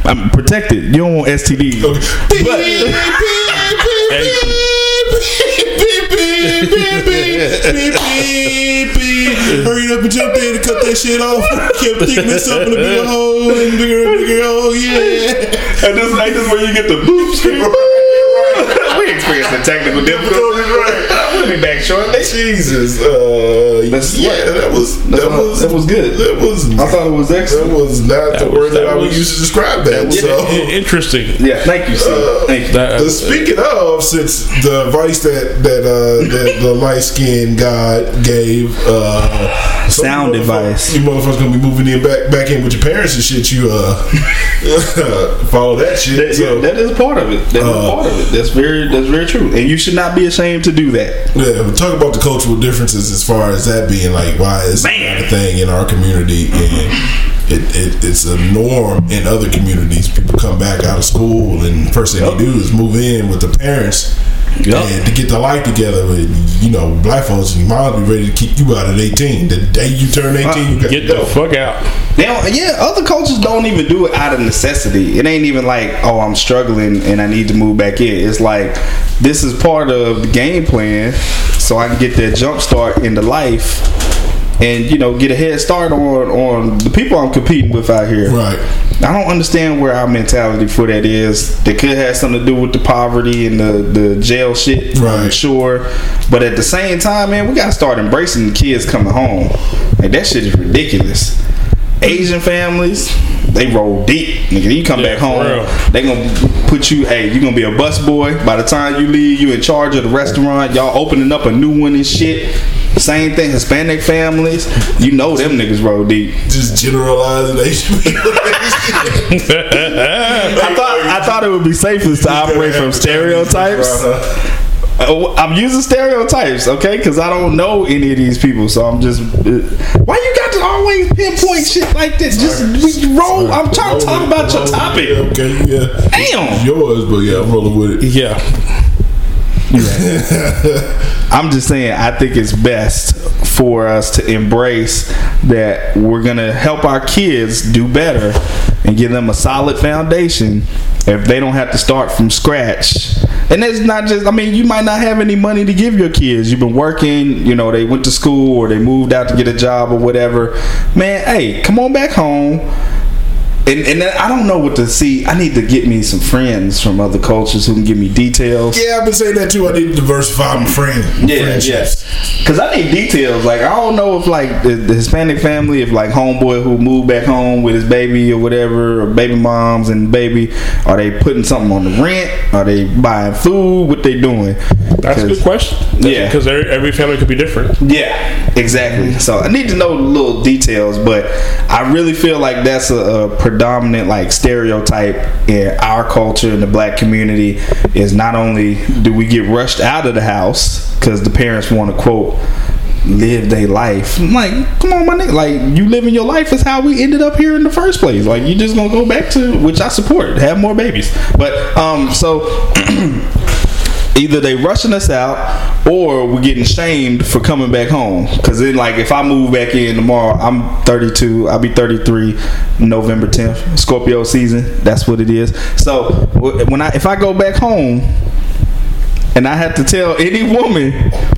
I'm protected. You don't want STDs. Okay. *laughs* Beep, beep, beep, beep, beep, beep, beep, beep, beep, beep. Hurry up and jump in and cut that shit off. Kept thinking this up in a bigger hole and bigger and bigger *laughs* hole. Yeah. And this, ain't this where you get the boops. *laughs* we experiencing technical difficulties, right? We'll be back shortly. Jesus. Uh, That's- yeah, that was that That's all- was that was good. That was I thought it was that excellent. was not the was- word that that I would was- use to describe that. so. I- Interesting. Yeah, thank you, sir. Thank you. That- Uh, speaking of, since the advice that that uh, that the light skinned guy gave, uh, some Sound motherfuck- advice. you motherfuckers gonna be moving in back back in with your parents and shit. You uh, *laughs* follow that shit. That- so, yeah, that is part of it. That is Uh, part of it. That's very that's very true. And you should not be ashamed to do that. yeah, we talk about the cultural differences as far as that being like why is that a thing in our community and. It, it, it's a norm in other communities. People come back out of school, and first thing they do is move in with the parents Yup. And to get the life together, and, you know, black folks, your mom be ready to kick you out at 18. The day you Uh, turn 18, you got Get to the go. fuck out. They don't, yeah, other cultures don't even do it out of necessity. It ain't even like, oh, I'm struggling and I need to move back in. It's like this is part of the game plan, so I can get that jump start into life, and you know, get a head start on on the people I'm competing with out here. Right. I don't understand where our mentality for that is. That could have something to do with the poverty and the, the jail shit, I'm Right. sure. But at the same time, man, we gotta start embracing the kids coming home. Like that shit is ridiculous. Asian families, they roll deep. Nigga, you come Yeah, back for home, real. they gonna put you. Hey, you gonna be a bus boy. By the time you leave, you in charge of the restaurant. Y'all opening up a new one and shit. Same thing, Hispanic families. You know them niggas roll deep. *laughs* Just generalizing Asian people. I thought I thought it would be safest to operate from stereotypes. Uh, I'm using stereotypes, okay? Because I don't know any of these people, so I'm just. uh, why you got to always pinpoint shit like this? Just we roll. I'm trying to talk about *laughs* your topic. Okay, yeah. Damn. Yours, but yeah, I'm rolling with it. Yeah. I'm just saying. I think it's best for us to embrace that we're gonna help our kids do better and give them a solid foundation. If they don't have to start from scratch, and it's not just. I mean, you might not have any money to give your kids. You've been working. You know, they went to school or they moved out to get a job or whatever. Man, hey, come on back home. And, and then I don't know what to see. I need to get me some friends from other cultures who can give me details. Yeah, I've been saying that too. I need to diversify my friend. Yeah, yes. Cause I need details. Like I don't know if like the, the Hispanic family, if like homeboy who moved back home with his baby or whatever, or baby moms and baby, are they putting something on the rent? Are they buying food? What they doing? That's a 'Cause- good question. Yeah. Because every, every family could be different. Yeah, exactly. So I need to know little details, but I really feel like that's a, a predominant like stereotype in our culture in the black community is not only do we get rushed out of the house because the parents want to quote live their life. I'm like, come on, my nigga, like you living your life is how we ended up here in the first place. Like you just gonna go back to which I support, have more babies. But um, so. either they rushing us out or we're getting shamed for coming back home because then like if i move back in tomorrow i'm 32 i'll be 33 november 10th scorpio season that's what it is so wh- when i if i go back home and i have to tell any woman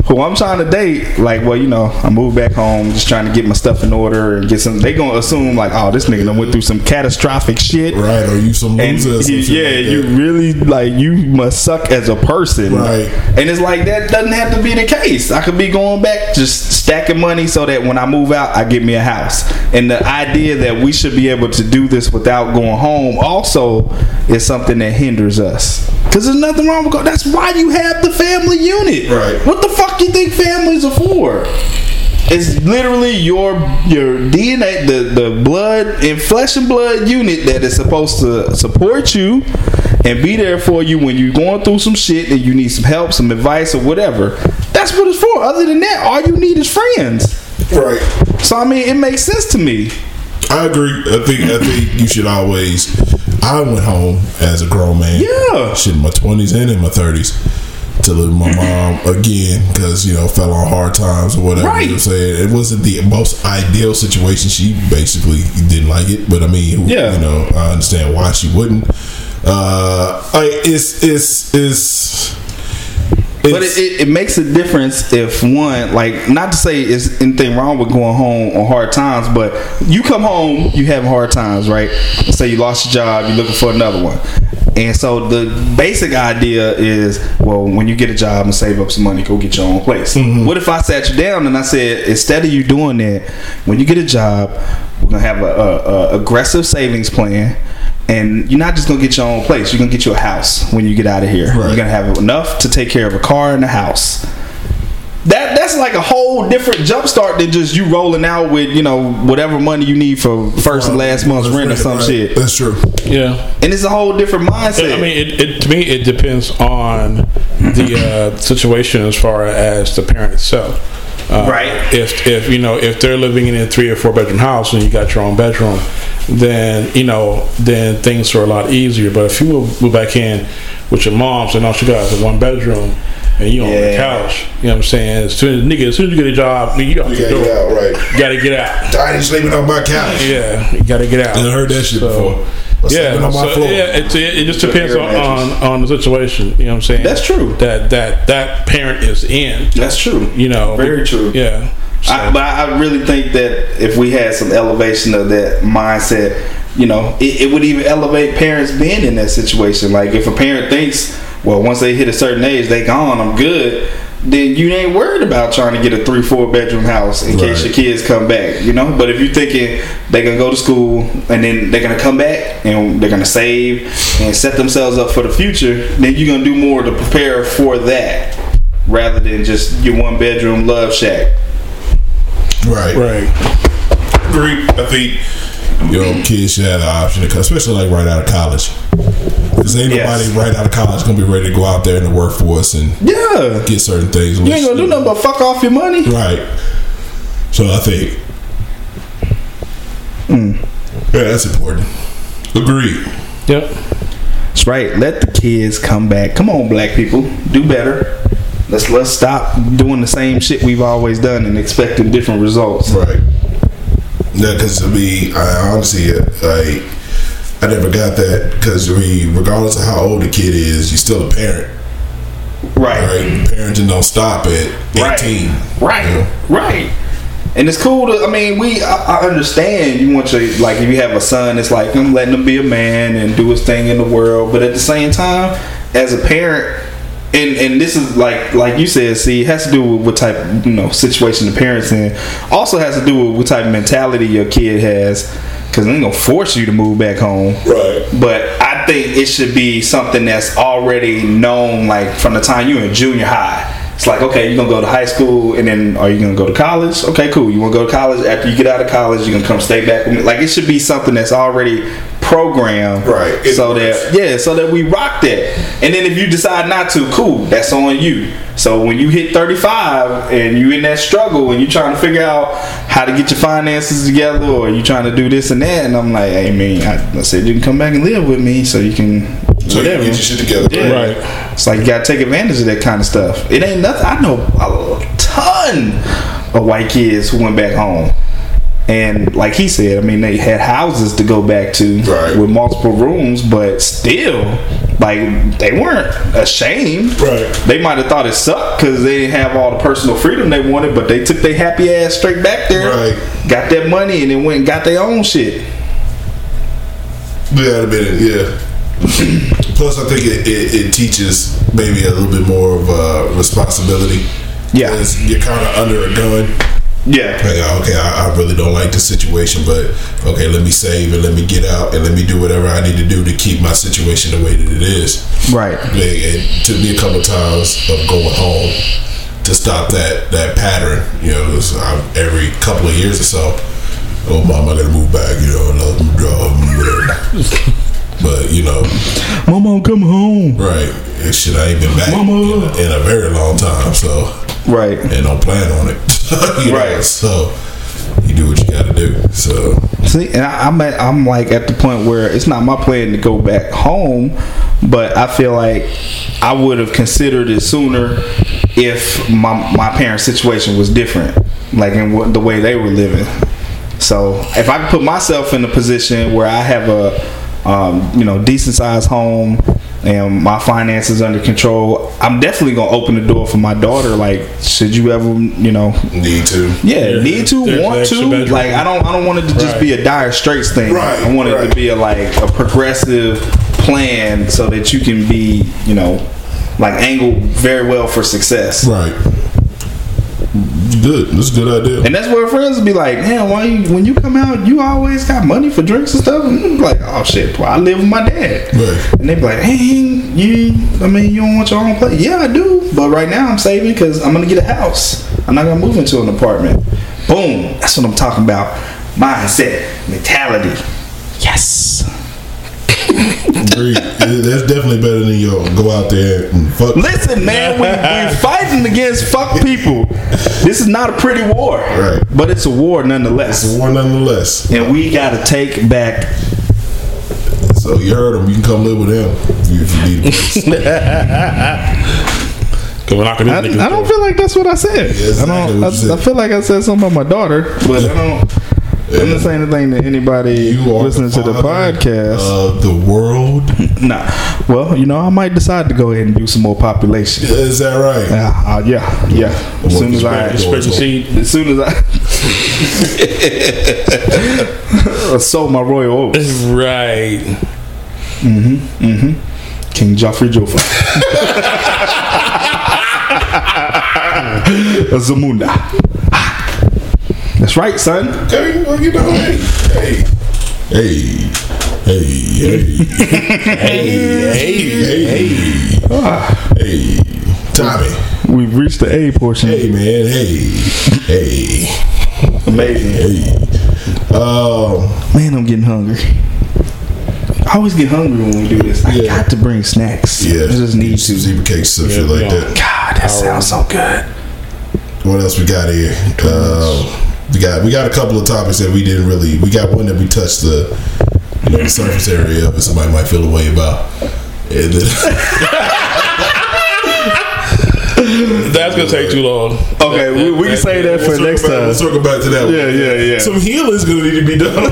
who i'm trying to date like well you know i moved back home just trying to get my stuff in order and get some they gonna assume like oh this nigga done went through some catastrophic shit Right, or you some and loser or some he- shit yeah, like you that. really like you must suck as a person, Right. And it's like that doesn't have to be the case. I could be going back just stacking money so that when I move out, I get me a house. And the idea that we should be able to do this without going home also is something that hinders us. Cause there's nothing wrong with go- that's why you have the family unit. Right. What the fuck you think families are for? It's literally your your DNA, the the blood and flesh and blood unit that is supposed to support you and be there for you when you're going through some shit and you need some help, some advice or whatever. That's what it's for. Other than that, all you need is friends. Right. So I mean, it makes sense to me. I agree. I think I think you should always. I went home as a grown man. Yeah. shit, in my twenties and in my thirties to live with my mom again because you know fell on hard times or whatever. You know what I'm Right. saying it wasn't the most ideal situation. She basically didn't like it, but I mean, Yeah. you know, I understand why she wouldn't. Uh, I, it's it's it's. But it, it, it makes a difference if one, like, not to say it's anything wrong with going home on hard times, but you come home, you have hard times, right? Say you lost your job, you're looking for another one. And so the basic idea is, well, when you get a job and save up some money, go get your own place. What if I sat you down and I said, instead of you doing that, when you get a job, we're gonna have a, a, a aggressive savings plan, and you're not just gonna get your own place. You're gonna get you a house when you get out of here. You're Right. gonna have enough to take care of a car and a house. That that's like a whole different jumpstart than just you rolling out with you know whatever money you need for first and last month's rent or some Right. shit, That's true. Yeah. and it's a whole different mindset. I mean, it, it, to me, it depends on the uh, situation as far as the parent itself. Uh, Right. If if you know if they're living in a three or four bedroom house and you got your own bedroom, then you know then things are a lot easier. But if you move move back in with your mom saying, "No, she got a one bedroom." And you on the Yeah. couch, you know what I'm saying? As soon as nigga, as soon as you get a job, nigga, you got You the gotta door. get out, right? You gotta get out. I ain't sleeping on my couch. Yeah, you gotta get out. I heard that shit So- before. I'm Yeah, sleeping on my so, floor. yeah, it, it, it just Your depends air on, on mattress. on the situation. You know what I'm saying? That's true. That that that parent is in. That's true. You know, Very true. Yeah. So, I, but I really think that if we had some elevation of that mindset, you know, it, it would even elevate parents being in that situation. Like if a parent thinks, well, once they hit a certain age, they gone, I'm good. Then you ain't worried about trying to get a three, four bedroom house in case Right. your kids come back, you know. But if you're thinking they gonna go to school and then they're gonna come back and they're gonna save and set themselves up for the future, then you're gonna do more to prepare for that rather than just your one bedroom love shack. Right. right. Agree. I think you know kids should have the option to, especially like right out of college. Because ain't Yes. nobody right out of college gonna be ready to go out there in the workforce and Yeah. get certain things. You ain't gonna do nothing but fuck off your money. Right. So I think. Hmm. Yeah, that's important. Agreed. Yep. That's right. Let the kids come back. Come on, black people, do better. Let's let's stop doing the same shit we've always done and expecting different results. Right. No, because to me, I honestly, uh, like, I never got that because I mean, regardless of how old the kid is, you're still a parent, Right. right? Parenting don't stop at 18. Right. Right. you know? Right. And it's cool to. I mean, we. I, I understand you want your like. If you have a son, it's like I'm letting him be a man and do his thing in the world. But at the same time, as a parent, and and this is like like you said, see, it has to do with what type of, you know situation the parents in. Also has to do with what type of mentality your kid has, because they ain't gonna force you to move back home. Right. But I think it should be something that's already known, like from the time you're in junior high. It's like, okay, you're gonna go to high school, and then are you gonna go to college? Okay, cool. You wanna go to college? After you get out of college, you're gonna come stay back with me. Like it should be something that's already programmed, Right. It so works. that yeah, so that we rock that. And then if you decide not to, cool, that's on you. So when you hit 35 and you in that struggle and you trying to figure out how to get your finances together or you trying to do this and that, and I'm like, hey man, I, I said you can come back and live with me, so you can So you whatever. get your shit together. Yeah. Right. It's like you gotta take advantage of that kind of stuff. It ain't nothing. I know a ton of white kids who went back home, and like he said, I mean they had houses to go back to Right. with multiple rooms, but still, like they weren't ashamed. Right. They might have thought it sucked because they didn't have all the personal freedom they wanted, but they took their happy ass straight back there, Right. got that money, and then went and got their own shit. Yeah, I'd have been, yeah. *clears throat* Plus, I think it, it, it teaches maybe a little bit more of uh, responsibility. Yeah. 'Cause You're kind of under a gun. Yeah, Like, okay, I, I really don't like this situation, but okay, let me save and let me get out and let me do whatever I need to do to keep my situation the way that it is. right. Like, it took me a couple times of going home to stop that that pattern. You know, it was, um, every couple of years or so. Oh, mom, I gotta move back. You know, and I'll draw whatever. But you know, Mama, come home. right? and Shit, I ain't been back in Mama. a, in a very long time. So Right. and don't plan on it. *laughs* You know, Right. So you do what you got to do. So See, and I, I'm at, I'm like at the point where it's not my plan to go back home, but I feel like I would have considered it sooner if my my parents' situation was different, like in what, the way they were living. So if I could put myself in a position where I have a um, you know decent sized home and my finances under control, I'm definitely gonna open the door for my daughter. Like, should you ever you know need to. yeah, Yeah, need to, there's an want extra to. bedroom. Like I don't I don't want it to just Right. be a dire straits thing. Right, I want it right. to be a like a progressive plan so that you can be, you know, like angled very well for success. Right. Good. That's a good idea. And that's where friends would be like, man, why you when you come out, you always got money for drinks and stuff. And I'm like, oh shit, boy, I live with my dad. Right. And they be like, hey, you, I mean, you don't want your own place? Yeah, I do. But right now I'm saving because I'm going to get a house. I'm not going to move into an apartment. Boom. That's what I'm talking about. Mindset, mentality. Yes. Agreed. Yeah, That's definitely better than your go out there and fuck. Listen, man, *laughs* we, we're fighting against fuck people. This is not a pretty war. Right. But it's a war nonetheless. War nonetheless. And we got to take back So you heard him. You can come live with him if you, if you need *laughs* him. Come knock on I, these I niggas' don't door. feel like that's what I said. that's I don't. exactly what you said. I, I feel like I said something about my daughter, but I don't. I'm not saying anything to anybody You are listening to the father podcast. Uh, of the world. *laughs* nah. Well, you know, I might decide to go ahead and do some more population. Is that right? Yeah, uh, yeah, yeah. As soon as You I, spread your seed. as soon as I, *laughs* I sold my royal oak, Right. King Joffrey Jofa. Zamunda. Ah. That's right, son. Hey, well, you know, hey, hey, hey, hey, hey, hey, hey, hey, Tommy. We've reached the A portion. Hey, man. Hey, hey, Amazing. hey. Um, Man, I'm getting hungry. I always get hungry when we do this. I Yeah. got to bring snacks. yeah, I just need some to. zebra cakes, some shit like that. God, that sounds so good. What else we got here? Um, we got we got a couple of topics that we didn't really. We got one that we touched the you know the surface area of, and somebody might feel a way about. And then, *laughs* That's gonna take too long. Okay, we, we can say that for Circle next back- time. We'll circle back to that. Yeah, one. yeah, yeah. Some healing's gonna need to be done.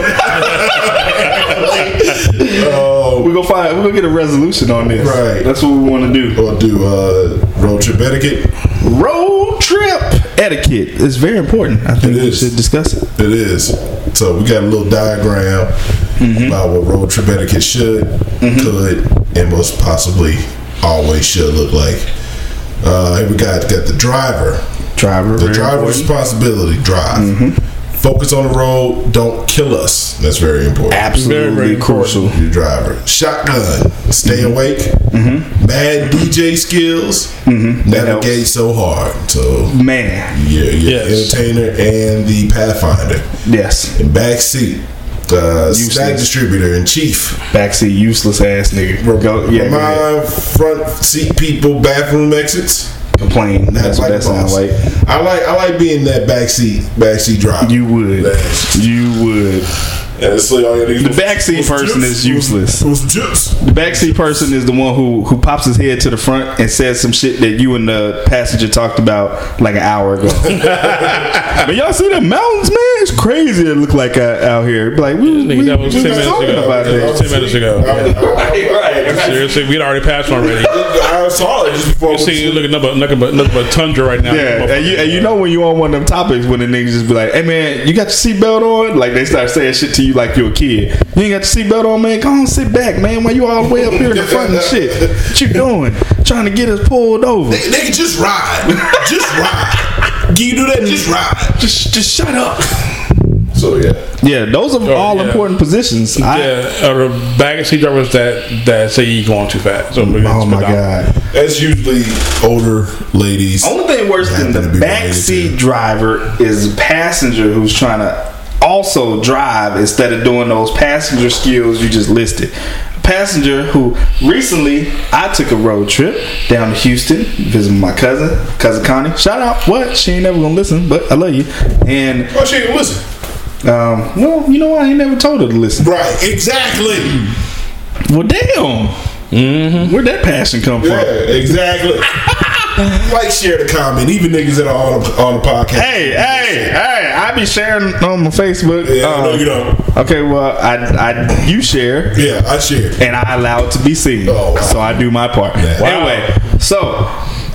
We're Oh, gonna find. We're gonna get a resolution on this. Right. That's what we want to do. *laughs* We'll do uh, road trip etiquette. Road trip etiquette is very important. I think It we is. should discuss it. It is. So we got a little diagram Mm-hmm. about what road trip etiquette should, could, and most possibly always should look like. Uh, here we got got the driver. Driver. Mm-hmm. The very important. driver's responsibility. Drive. Focus on the road. Don't kill us. That's very important. Absolutely Very, very crucial. Your driver. Shotgun. Stay awake. Mm-hmm. Bad DJ skills. That Navigate so hard. So Man. yeah, you're Yes. the entertainer and the pathfinder. Yes. And backseat. Uh, Useless. snack distributor in chief. Backseat useless ass nigga. Go, yeah. Go ahead. Remind front seat people bathroom exits. Complain. That's what that like the sounds boss. like. I like I like being that backseat backseat driver. You would. That's- You would. And it's like, all you need The backseat person is useless. It was chips. The backseat person is the one who who pops his head to the front and says some shit that you and the passenger talked about like an hour *laughs* ago. but y'all see the mountains, man? It's crazy. It look like uh, out here. Be Like we, we, Nigga, that was we ten was minutes talking ago. about That was this. ten minutes *laughs* ago. Seriously, we'd already passed already. I saw it just before. You see, look at nothing but nothing but nothing but tundra right now. Yeah, and you, and you know when you on one of them topics when the niggas just be like, "Hey man, you got your seatbelt on?" Like they start saying shit to you like you're a kid. You ain't got your seatbelt on, man. Go on, sit back, man. Why you all the way up here in the front and shit? What you doing? Trying to get us pulled over? Nigga, just ride. Just ride. Can you do that? Just ride. Just, just shut up. So yeah, Yeah, those are all Oh, yeah. important positions. I, Yeah, or baggage seat drivers that that say you going too fast. So Oh my god! that's usually older ladies. Only thing worse than Happen the to be related backseat to. driver is a passenger who's trying to also drive instead of doing those passenger skills you just listed. Passenger who recently I took a road trip down to Houston visiting my cousin, cousin Connie. Shout out! What she ain't never gonna listen, but I love you. And Oh, she didn't listen. um, well, you know what? I ain't never told her to listen. Right, exactly. Well, damn. Where'd that passion come from? Yeah, exactly. *laughs* like, share the comment. Even niggas that are on the, on the podcast. Hey, hey, hey! I be sharing on my Facebook. Yeah, I Um, know you don't. Okay, well, I, I, you share, Yeah, I share. and I allow it to be seen. Oh, wow. So I do my part. Wow. Anyway, so.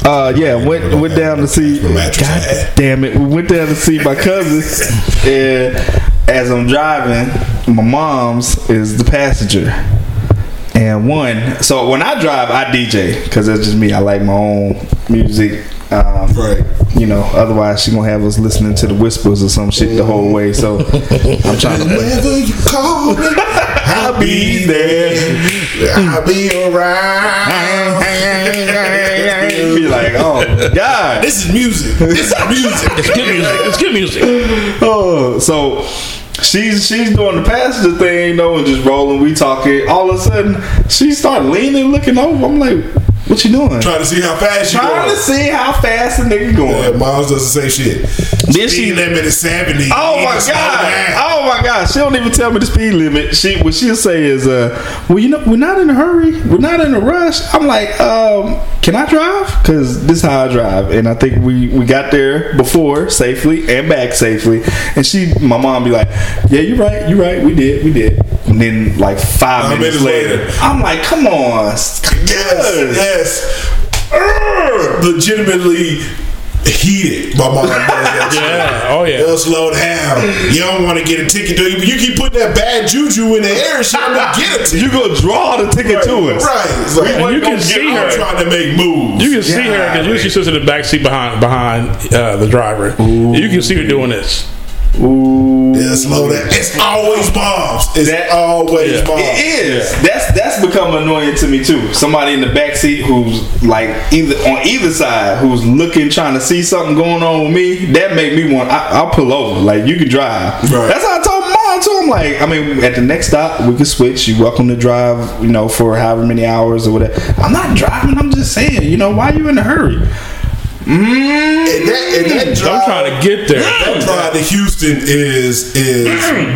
Uh yeah, went went down to see. Mattress. God damn it, we went down to see my cousins, and as I'm driving, my mom's is the passenger, and one. So when I drive, I DJ because that's just me. I like my own music. Um, Right. you know, otherwise she gonna have us listening to the whispers or some shit the whole way. So I'm trying to *laughs* play. Whenever you call me, I'll be there. I'll be around. be like, oh god. this is music. This is music. Good music. It's good music. *laughs* Oh, so she's she's doing the passenger thing though, and just rolling. We talking. All of a sudden, she start leaning, looking over. I'm like, what you doing? Trying to see how fast you Trying to go. see how fast the nigga Yeah, going. Miles does the same shit. Then Speed she limit is seventy. Oh You my need to slow god! down. Oh my god! She don't even tell me the speed limit. She what she'll say is, uh, "Well, you know, we're not in a hurry. We're not in a rush." I'm like, um, "Can I drive? Because this is how I drive." And I think we we got there before safely and back safely. And she, my mom, be like, "Yeah, you're right. You're right. We did. We did." And then like five Five minutes, minutes later, later. I'm like, "Come on, Yes, yes. Urgh, legitimately heated by my *laughs* Yeah. Oh yeah. They'll slow down. You don't want to get a ticket, do you? But you keep putting that bad juju in the air and shit. I'm gonna get a ticket. you gonna draw the ticket to us?" Right. It's like, And you can I'm see her. trying to make moves. You can see her because usually she sits in the back seat behind behind uh, the driver. You can see her doing this. yeah, slow down. It's always bombs. It's That- always Yeah. bombs. It is. That's that's become annoying to me too. Somebody in the back seat who's like either on either side who's looking trying to see something going on with me. That make me want. I, I'll pull over. Like you can drive. Right. That's how I told my mom too. I'm like, I mean, at the next stop we can switch. You welcome to drive. You know, for however many hours or whatever. I'm not driving. I'm just saying. You know, why you in a hurry? And that, and that drive, I'm trying to get there. that drive to Houston is is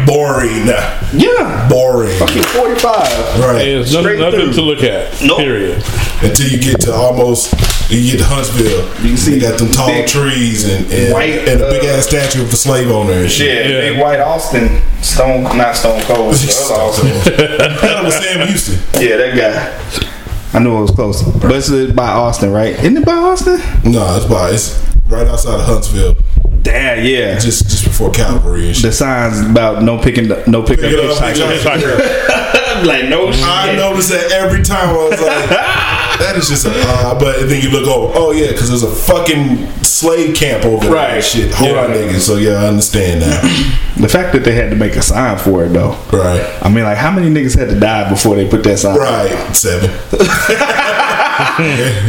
boring. Yeah. Boring. Fucking 45. Right. There's nothing, Straight nothing through. to look at. Nope. Period. until you get to almost you get to Huntsville. You can see see got them tall big trees and and, white, and a big uh, ass statue of the slave owner and shit. Yeah, Yeah. Big White Austin, Stone, not Stone *laughs* Cold. the other *laughs* Austin. that was Sam Houston. Yeah, that guy. I knew it was close, but it's uh, by Austin, right? Isn't it by Austin? No, it's by it's right outside of Huntsville, Damn, yeah. just just before Calvary and shit. the signs about no picking, no pickup Pick it pitch up, pick cycle. it *laughs* up. like no I shit. noticed that every time I *laughs* was like, that is just a uh, but then you look over, oh yeah, because there's a fucking slave camp over there. and Right. Shit. Hold on, nigga. So yeah, I *laughs* understand now. The fact that they had to make a sign for it, though. right. I mean, like, how many niggas had to die before they put that sign? Right. *laughs* Seven.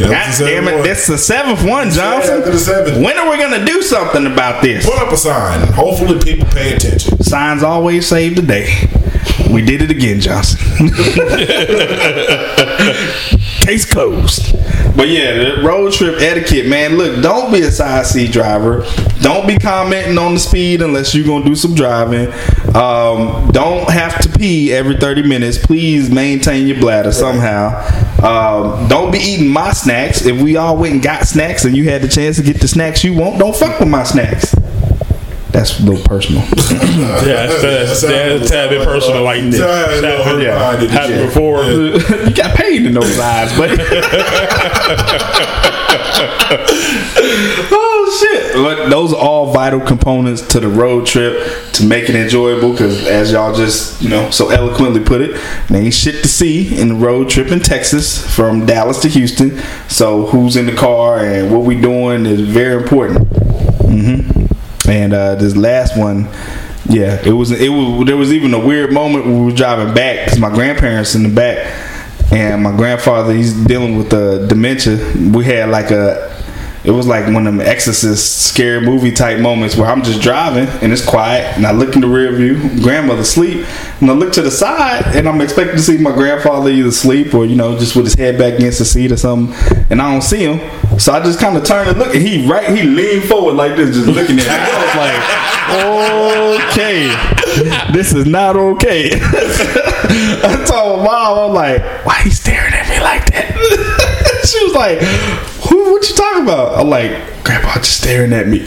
God damn it, that's the seventh one, Johnson. after the seventh. When are we gonna do something about this? Put up a sign. Hopefully, people pay attention. Signs always save the day. We did it again, *laughs* Johnson. Case closed. But yeah, the road trip etiquette, man. Look, don't be a side seat driver. Don't be commenting on the speed unless you're gonna do some driving. Um, don't have to pee every 30 minutes. Please maintain your bladder somehow. Um, don't be eating my snacks. If we all went and got snacks and you had the chance to get the snacks you want, don't fuck with my snacks. That's a little personal. Yeah, that's, that's, that's a tad bit personal, like this. Happened, yeah. happened before. *laughs* you got paid in those eyes, but *laughs* oh shit! But those are all vital components to the road trip to make it enjoyable. Because as y'all just you know so eloquently put it, there ain't shit to see in the road trip in Texas from Dallas to Houston. So who's in the car and what we doing is very important. And uh, this last one, yeah, it was it was there was even a weird moment when we were driving back because my grandparents in the back, and my grandfather he's dealing with uh, dementia. We had like a. It was like one of them exorcist scary movie type moments where I'm just driving and it's quiet and I look in the rear view, grandmother sleep, and I look to the side and I'm expecting to see my grandfather either sleep or, you know, just with his head back against the seat or something and I don't see him. So I just kinda turn and look and he right he leaned forward like this, just looking *laughs* at me. I was like, okay, this is not okay. *laughs* I told my mom, I'm like, why he staring at me like that? *laughs* she was like, who? What you talking about? I'm like, grandpa just staring at me.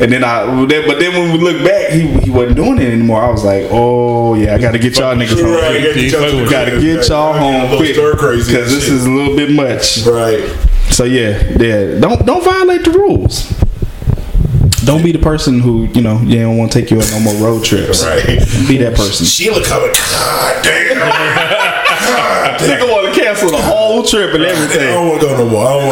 And then I, but then when we look back, he, he wasn't doing it anymore. I was like, oh yeah, I gotta get y'all niggas home. Right, gotta get y'all- quick. Gotta get y'all Gotta get a home little quick stir crazy because this shit. is a little bit much. Right. So yeah, yeah. Don't don't violate the rules. Don't be the person who you know you don't want to take you on no more road trips. Right. Be that person. Sheila coming. *laughs* God damn. God damn. Nigga want to cancel the whole trip and I everything. don't want to go no more. I don't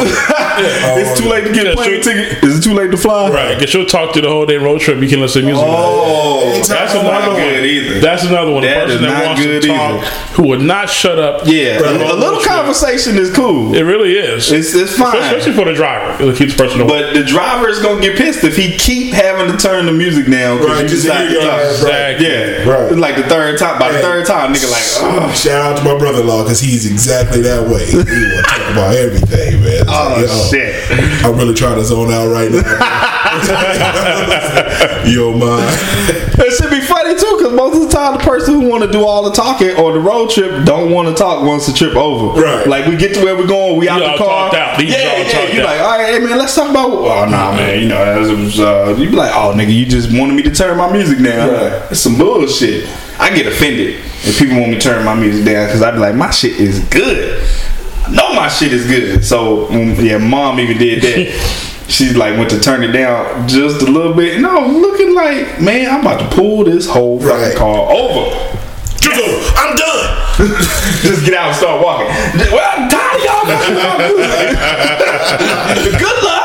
*laughs* want. It's too late to get a Yeah, plane sure. ticket. Is it too late to fly? Right, because you'll talk through the whole day road trip. You can listen to music. Oh, that's another one. good either. That's another one. The That person is that not wants to good either. talk, who would not shut up. Yeah, for a, a road little trip. conversation is cool. It really is. It's it's Especially fine. for the driver. It'll keep the person away. But the driver is gonna get pissed if he keep having to turn the music down. 'cause Right, you just decide hear to your talk. ass, right. Yeah, Right. It's like the third time. By the Hey. third time, nigga, like, oh, Shout out to my my brother in law because he's exactly that way. He will talk about everything, man. It's Oh, like, yo, shit. I'm really trying to zone out *laughs* right now. yo, man. It should be funny too, because most of the time the person who want to do all the talking on the road trip don't want to talk once the trip over. Right. Like we get to where we're going, we out all the car. talked out. These yeah, all yeah. talked You out. like, all right, hey man, let's talk about. Oh nah, man, you know that was. Uh, you be like, oh nigga, you just wanted me to turn my music down. Right. Like, It's some bullshit. I get offended if people want me to turn my music down because I be like, my shit is good. I know my shit is good. So mm, yeah, mom even did that. She's like went to turn it down just a little bit, and I was looking like, man, I'm about to pull this whole fucking Right. car over. Drizzle, I'm done. Just get out and start walking. Well, I'm tired of y'all *laughs* messing with my music. Good luck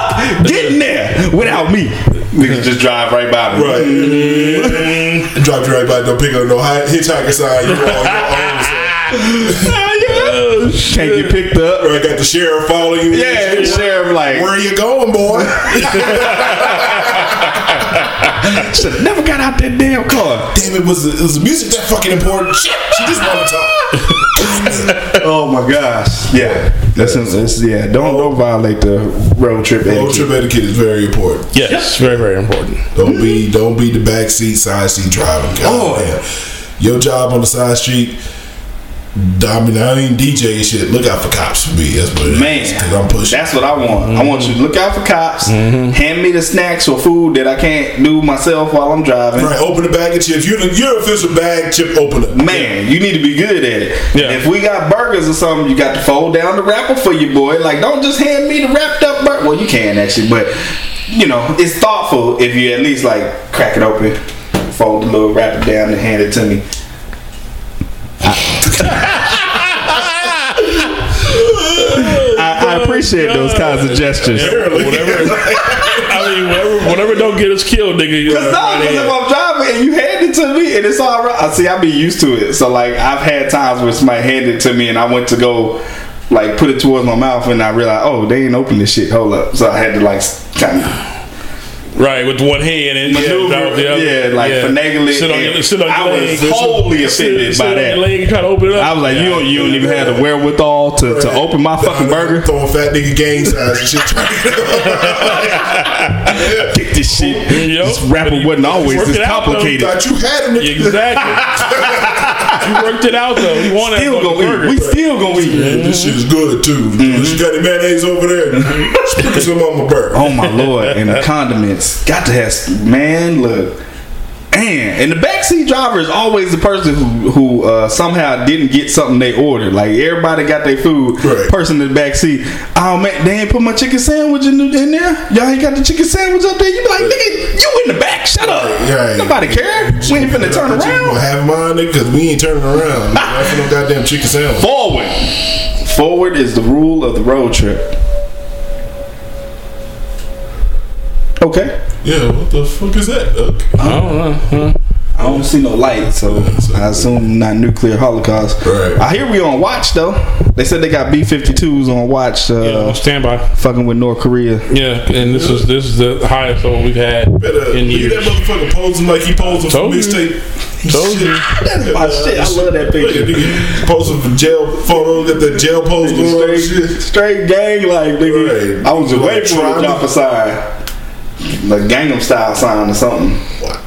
getting there without me. Niggas just drive right by me. Right. Dropped you right by. Don't pick up no hi- hitchhiker sign. You're on your own. So. Oh, yeah. Can't get picked up. Or I got the sheriff following you. Yeah, the sheriff like Where are you going, boy? should have never got out that damn car. Damn, it was, it was the music that fucking important. Shit, she just wanted *laughs* to talk. Oh my gosh. Yeah. That's, that's yeah. Don't don't violate the road trip. Road etiquette. trip etiquette is very important. Yes, very very important. Don't be don't be the backseat side seat driving. God Oh. damn. Your job on the side street. I mean, I ain't DJ and shit. Look out for cops for me. That's what it is. Man, 'Cause I'm pushing. That's what I want. I want you to look out for cops. Hand me the snacks or food that I can't do myself while I'm driving. right. Open the bag of chips. You're the you're official bag chip opener. Man, you need to be good at it. Yeah. If we got burgers or something, you got to fold down the wrapper for your boy. Like, don't just hand me the wrapped up burger. Well, you can actually, but you know, it's thoughtful if you at least like crack it open, fold the little wrapper down, and hand it to me. I, I appreciate those kinds of gestures. Whatever. *laughs* I mean, whatever, whatever don't get us killed, nigga. you Cause no, know, right because in. if I'm driving and you hand it to me and it's all right, I see I be used to it. So like I've had times where somebody handed it to me and I went to go like put it towards my mouth and I realized oh they ain't open this shit. Hold up, so I had to like kind of Right, with one hand and maneuver, drop the yeah, other. like finagle it. Sit on and your, sit on your I leg. was totally offended sit, by sit On your that. leg and try to open it up. I was like you don't you don't even have the wherewithal to, to open my fucking *laughs* burger. Throwing fat nigga gang *laughs* signs and shit. Kick this shit. Yep. This rapper wasn't always Work this it out, though. complicated. Thought you had a *laughs* nigga. exactly. you worked it out though. You wanted Still that fucking gonna eat. burger. We still gonna eat. Man, this shit is good too. You got the mayonnaise over there. Sprinkle some on my burger. Oh my lord! And *laughs* the condiments got to have man. Look, man, and the backseat driver is always the person who who uh, somehow didn't get something they ordered. Like everybody got their food. Right. Person in the backseat. Oh man, they ain't put my chicken sandwich in, the, in there. Y'all ain't got the chicken sandwich up there. You be like, nigga, you in the back? Shut up. Right. Nobody care. We ain't finna turn Well, around. have mine, nigga, because we ain't *laughs* turning around. Not for no goddamn chicken sandwich. Forward. Forward is the rule of the road trip. Okay. Yeah, what the fuck is that? Uh, I don't know. huh? I don't see no light, so I assume not nuclear holocaust. Right. I hear we on watch though. They said they got B-52s on watch, uh, Yeah, on standby. fucking with North Korea. Yeah, and this is this is the highest one we've had better in look at that years. motherfucker posing like he posing for Told you. mixtape. Told you. That's my shit. I love that Look at picture. nigga posing for jail photo. Got the jail pose going on and Straight, Oh, *laughs* shit. straight gang life, nigga. Right. I was Like waiting for the trying to- jump sign, like Gangnam Style sign or something. Wow.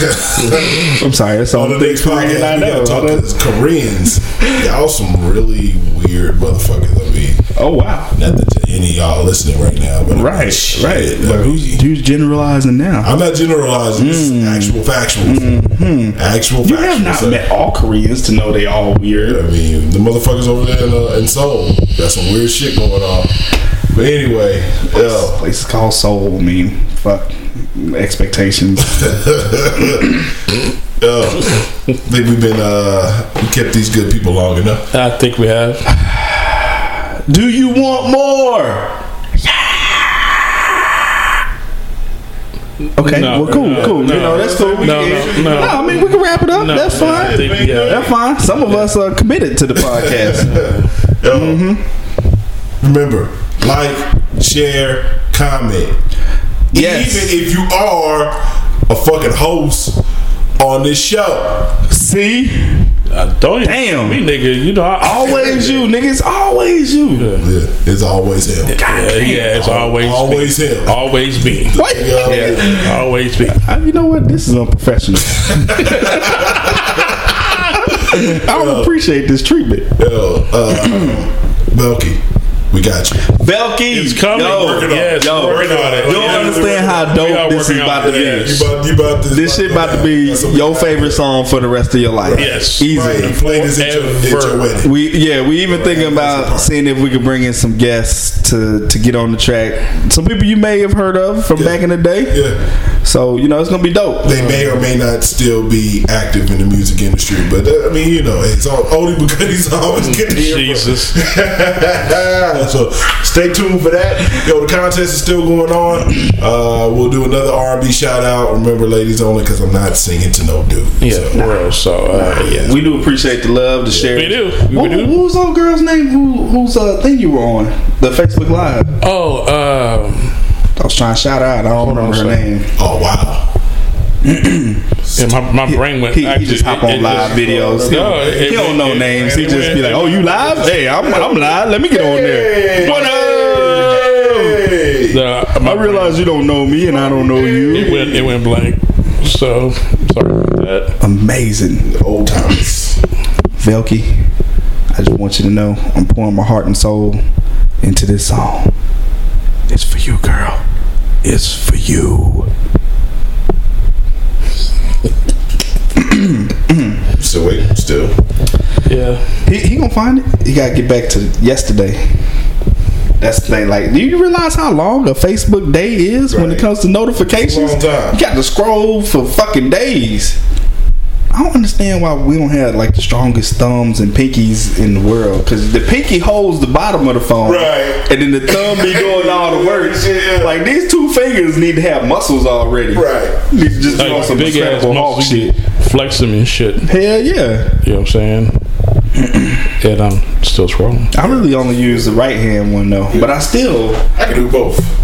*laughs* I'm sorry, that's all On the next I podcast, we know. gotta talk to these Koreans. Y'all some really weird motherfuckers. I mean, Oh wow, nothing to any of y'all listening right now, but I mean, right, shit, right. I But mean, who's you generalizing now? I'm not generalizing. This is actual factual. Actual Mm-hmm. You factual. have not stuff. met all Koreans to know they all weird. I mean, the motherfuckers over there in, uh, in Seoul got some weird shit going on. But anyway, This yeah. place is called Soul. I mean, fuck expectations. yeah. I think we've been uh, we kept these good people long enough. I think we have. Do you want more? Okay. No, well, cool, no, cool. no, you know, that's cool. no, no, no. I mean, we can wrap it up. No, that's no, fine. I think we have. that's fine. Some of us are committed to the *laughs* podcast. Yo. Mm-hmm. Remember, like, share, comment. yes. Even if you are a fucking host on this show, See, Uh, don't even Damn. me, nigga. You know, I, Always you, nigga. It's always you. Yeah, it's always him. Yeah, Uh, yeah, it's always Always me. him. always me, What? always me. I- you know what? This is unprofessional. *laughs* I don't appreciate this treatment. Yo, uh, Melky, we got you. Belky, It's coming. Yo, Working on it. Yes, yo, working on it. You don't Yeah, understand we're- how we are dope this is working on about it, to be. yes. You about, you about this, This shit about to be That's what we your got. favorite song for the rest of your life. Yes. easy. Right, and play this at your, at your Forever. wedding. We yeah, we even thinking about seeing if we could bring in some guests to to get on the track. Some people you may have heard of from back in the day. Yeah. So you know it's gonna be dope. Uh-huh. They may or may not still be active in the music industry, but uh, I mean, you know, it's all, only because he's always good to hear from. *laughs* Mm, Jesus. *laughs* so stay tuned for that. Yo, the contest is still going on. Uh, we'll do another R&B shout out. Remember, ladies only, because I'm not singing to no dude. *laughs* Yeah, So, for real. So uh, yeah, We do appreciate the love, the share. we do. We What, do. what was old girl's name? Who whose uh, thing you were on? The Facebook Live. Oh, um, I was trying to shout out. I don't remember her on a second. name. Oh wow. yeah, my, my brain went. He, he actually, just hop it- on it live just- videos. He, No, it- he don't it- know it- names. He it just be like, went- "Oh, you live? Hey, I'm I'm live. Let me get on there." What up? Hey. The, uh, my I realize you don't know me, and I don't know it you. went it went blank. So sorry about that. Amazing. Old times. Velky, I just want you to know I'm pouring my heart and soul into this song. It's for you, girl. It's for you. So wait, still. Yeah. He, he gonna find it. He gotta get back to yesterday. That's the thing. Like, do you realize how long the Facebook day is when it Right. comes to notifications? It's a long time. You got to scroll for fucking days. I don't understand why we don't have like the strongest thumbs and pinkies in the world. Cause the pinky holds the bottom of the phone, Right. And then the thumb be doing all the work. *laughs* Yeah. Like these two fingers need to have muscles already, Right. Need to just do Like, some big ass incredible Hulk muscles, you shit. can flex them and shit. You Hell yeah! know what I'm saying? *clears throat* and I'm still scrolling. I really only use the right hand one though, but I still I can do both.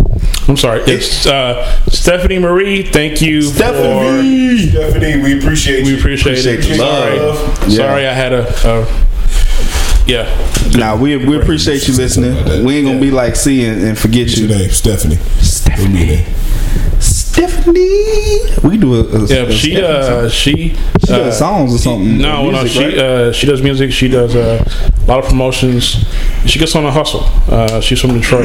I'm sorry. It's uh, Stephanie Marie. Thank you Stephanie. Stephanie, we appreciate for. you. We appreciate, Appreciate it. the Sorry, love. Yeah. sorry, I had a. a yeah. Nah, we we appreciate you listening. We ain't gonna be like C and, and forget Your you. name, Stephanie. What do you mean? Stephanie, we do a, a Yeah, a but she Stephanie song. uh she She uh, does songs or something. no or no music, she right? uh she does music she does uh, a lot of promotions she gets on the hustle uh she's from *clears throat* Detroit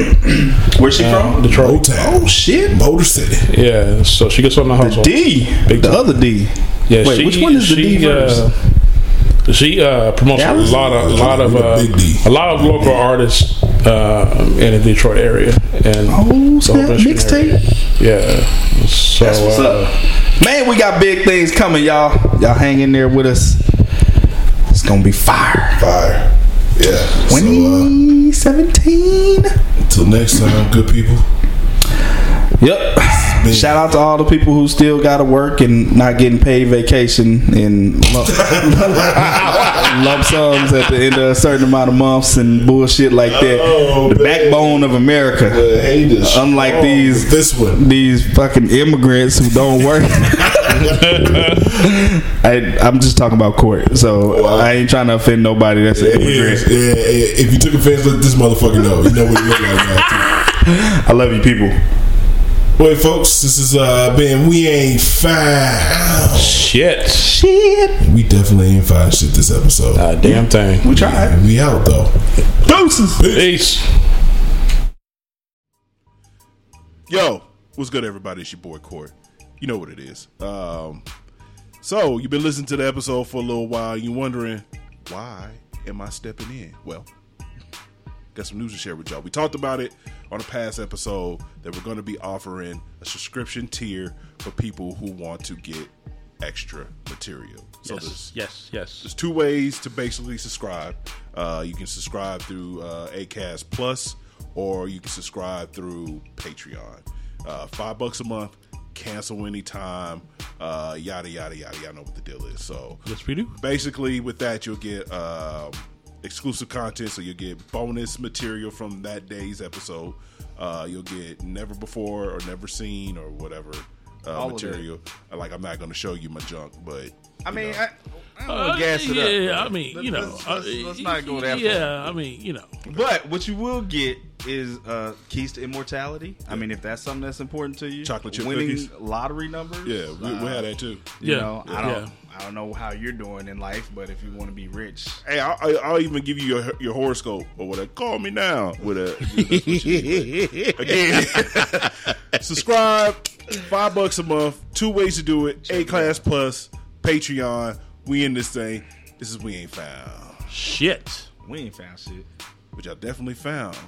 Where's she Uh, from? Old Detroit Town. Oh shit, Motor City. yeah so she gets on the hustle D, Big the time. other D. yeah Wait, she, which one is the she, D verse? uh, she uh promotes Dallas? a lot of a lot of uh, Big D. a lot of local artists uh in the Detroit area and Oh, the whole snap, Michigan area. mixtape. yeah so That's what's uh, up, man. We got big things coming, y'all. Y'all hang in there with us. It's gonna be fire. Fire. Yeah. uh, So, 2017. uh, till next time, good people. Yep. Big. Shout out to all the people who still got to work and not getting paid vacation and lump, *laughs* lump sums at the end of a certain amount of months and bullshit like that. Oh, the man. backbone of America. The haters. Oh, Unlike these- This one. These fucking immigrants who don't *laughs* work. I, I'm just talking about court, so Wow. I ain't trying to offend nobody. That's an Yeah, yeah, immigrant. yeah. If you took offense, let this motherfucker know. You know what you look like now. I love you, people. too. Wait, folks, this is uh Ben. We ain't fine. shit Shit, We definitely ain't fine shit this episode. uh, damn thing we tried. And we out though. Doses. peace. Yo, what's good, everybody? It's your boy Corey. You know what it is. Um, so you've been listening to the episode for a little while. You're wondering why am I stepping in? Well, got some news to share with y'all. We talked about it on a past episode that we're going to be offering a subscription tier for people who want to get extra material. So there's yes yes there's two ways to basically subscribe. Uh, you can subscribe through uh, Acast Plus, or you can subscribe through Patreon. Uh, five bucks a month, cancel anytime. Uh, yada yada yada. Y'all know what the deal is. So yes we do basically with that you'll get um, exclusive content so you'll get bonus material from that day's episode uh, you'll get never before or never seen or whatever uh, material like i'm not going to show you my junk but I you mean, know. I, I don't want to gas it Uh, yeah, up. I mean, you know, Let's- let's- uh, let's not go that far. Yeah, I mean, you know, But what you will get is uh, keys to immortality. I mean, if that's something that's important to you, Chocolate chip winning cookies. lottery numbers. Yeah, we, we had that too. You Yeah, know, I yeah. don't, I don't know how you're doing in life, but if you want to be rich, Hey, I'll, I'll- I'll even give you your, your horoscope or whatever. Call me now with a again. *laughs* subscribe, five bucks a month. Two ways to do it: A Class Plus, Patreon. We in this thing. This is we ain't found, shit. we ain't found shit. which I definitely found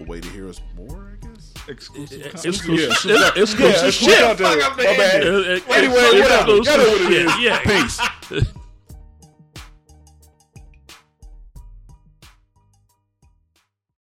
a way to hear us more. I guess. Exclusive. It's content. exclusive shit. It's Yeah, exclusive shit. shit. Fuck, I'm the It- idiot. it- Anyway, it's whatever. exclusive Y'all know what it shit. Yeah. is. Peace.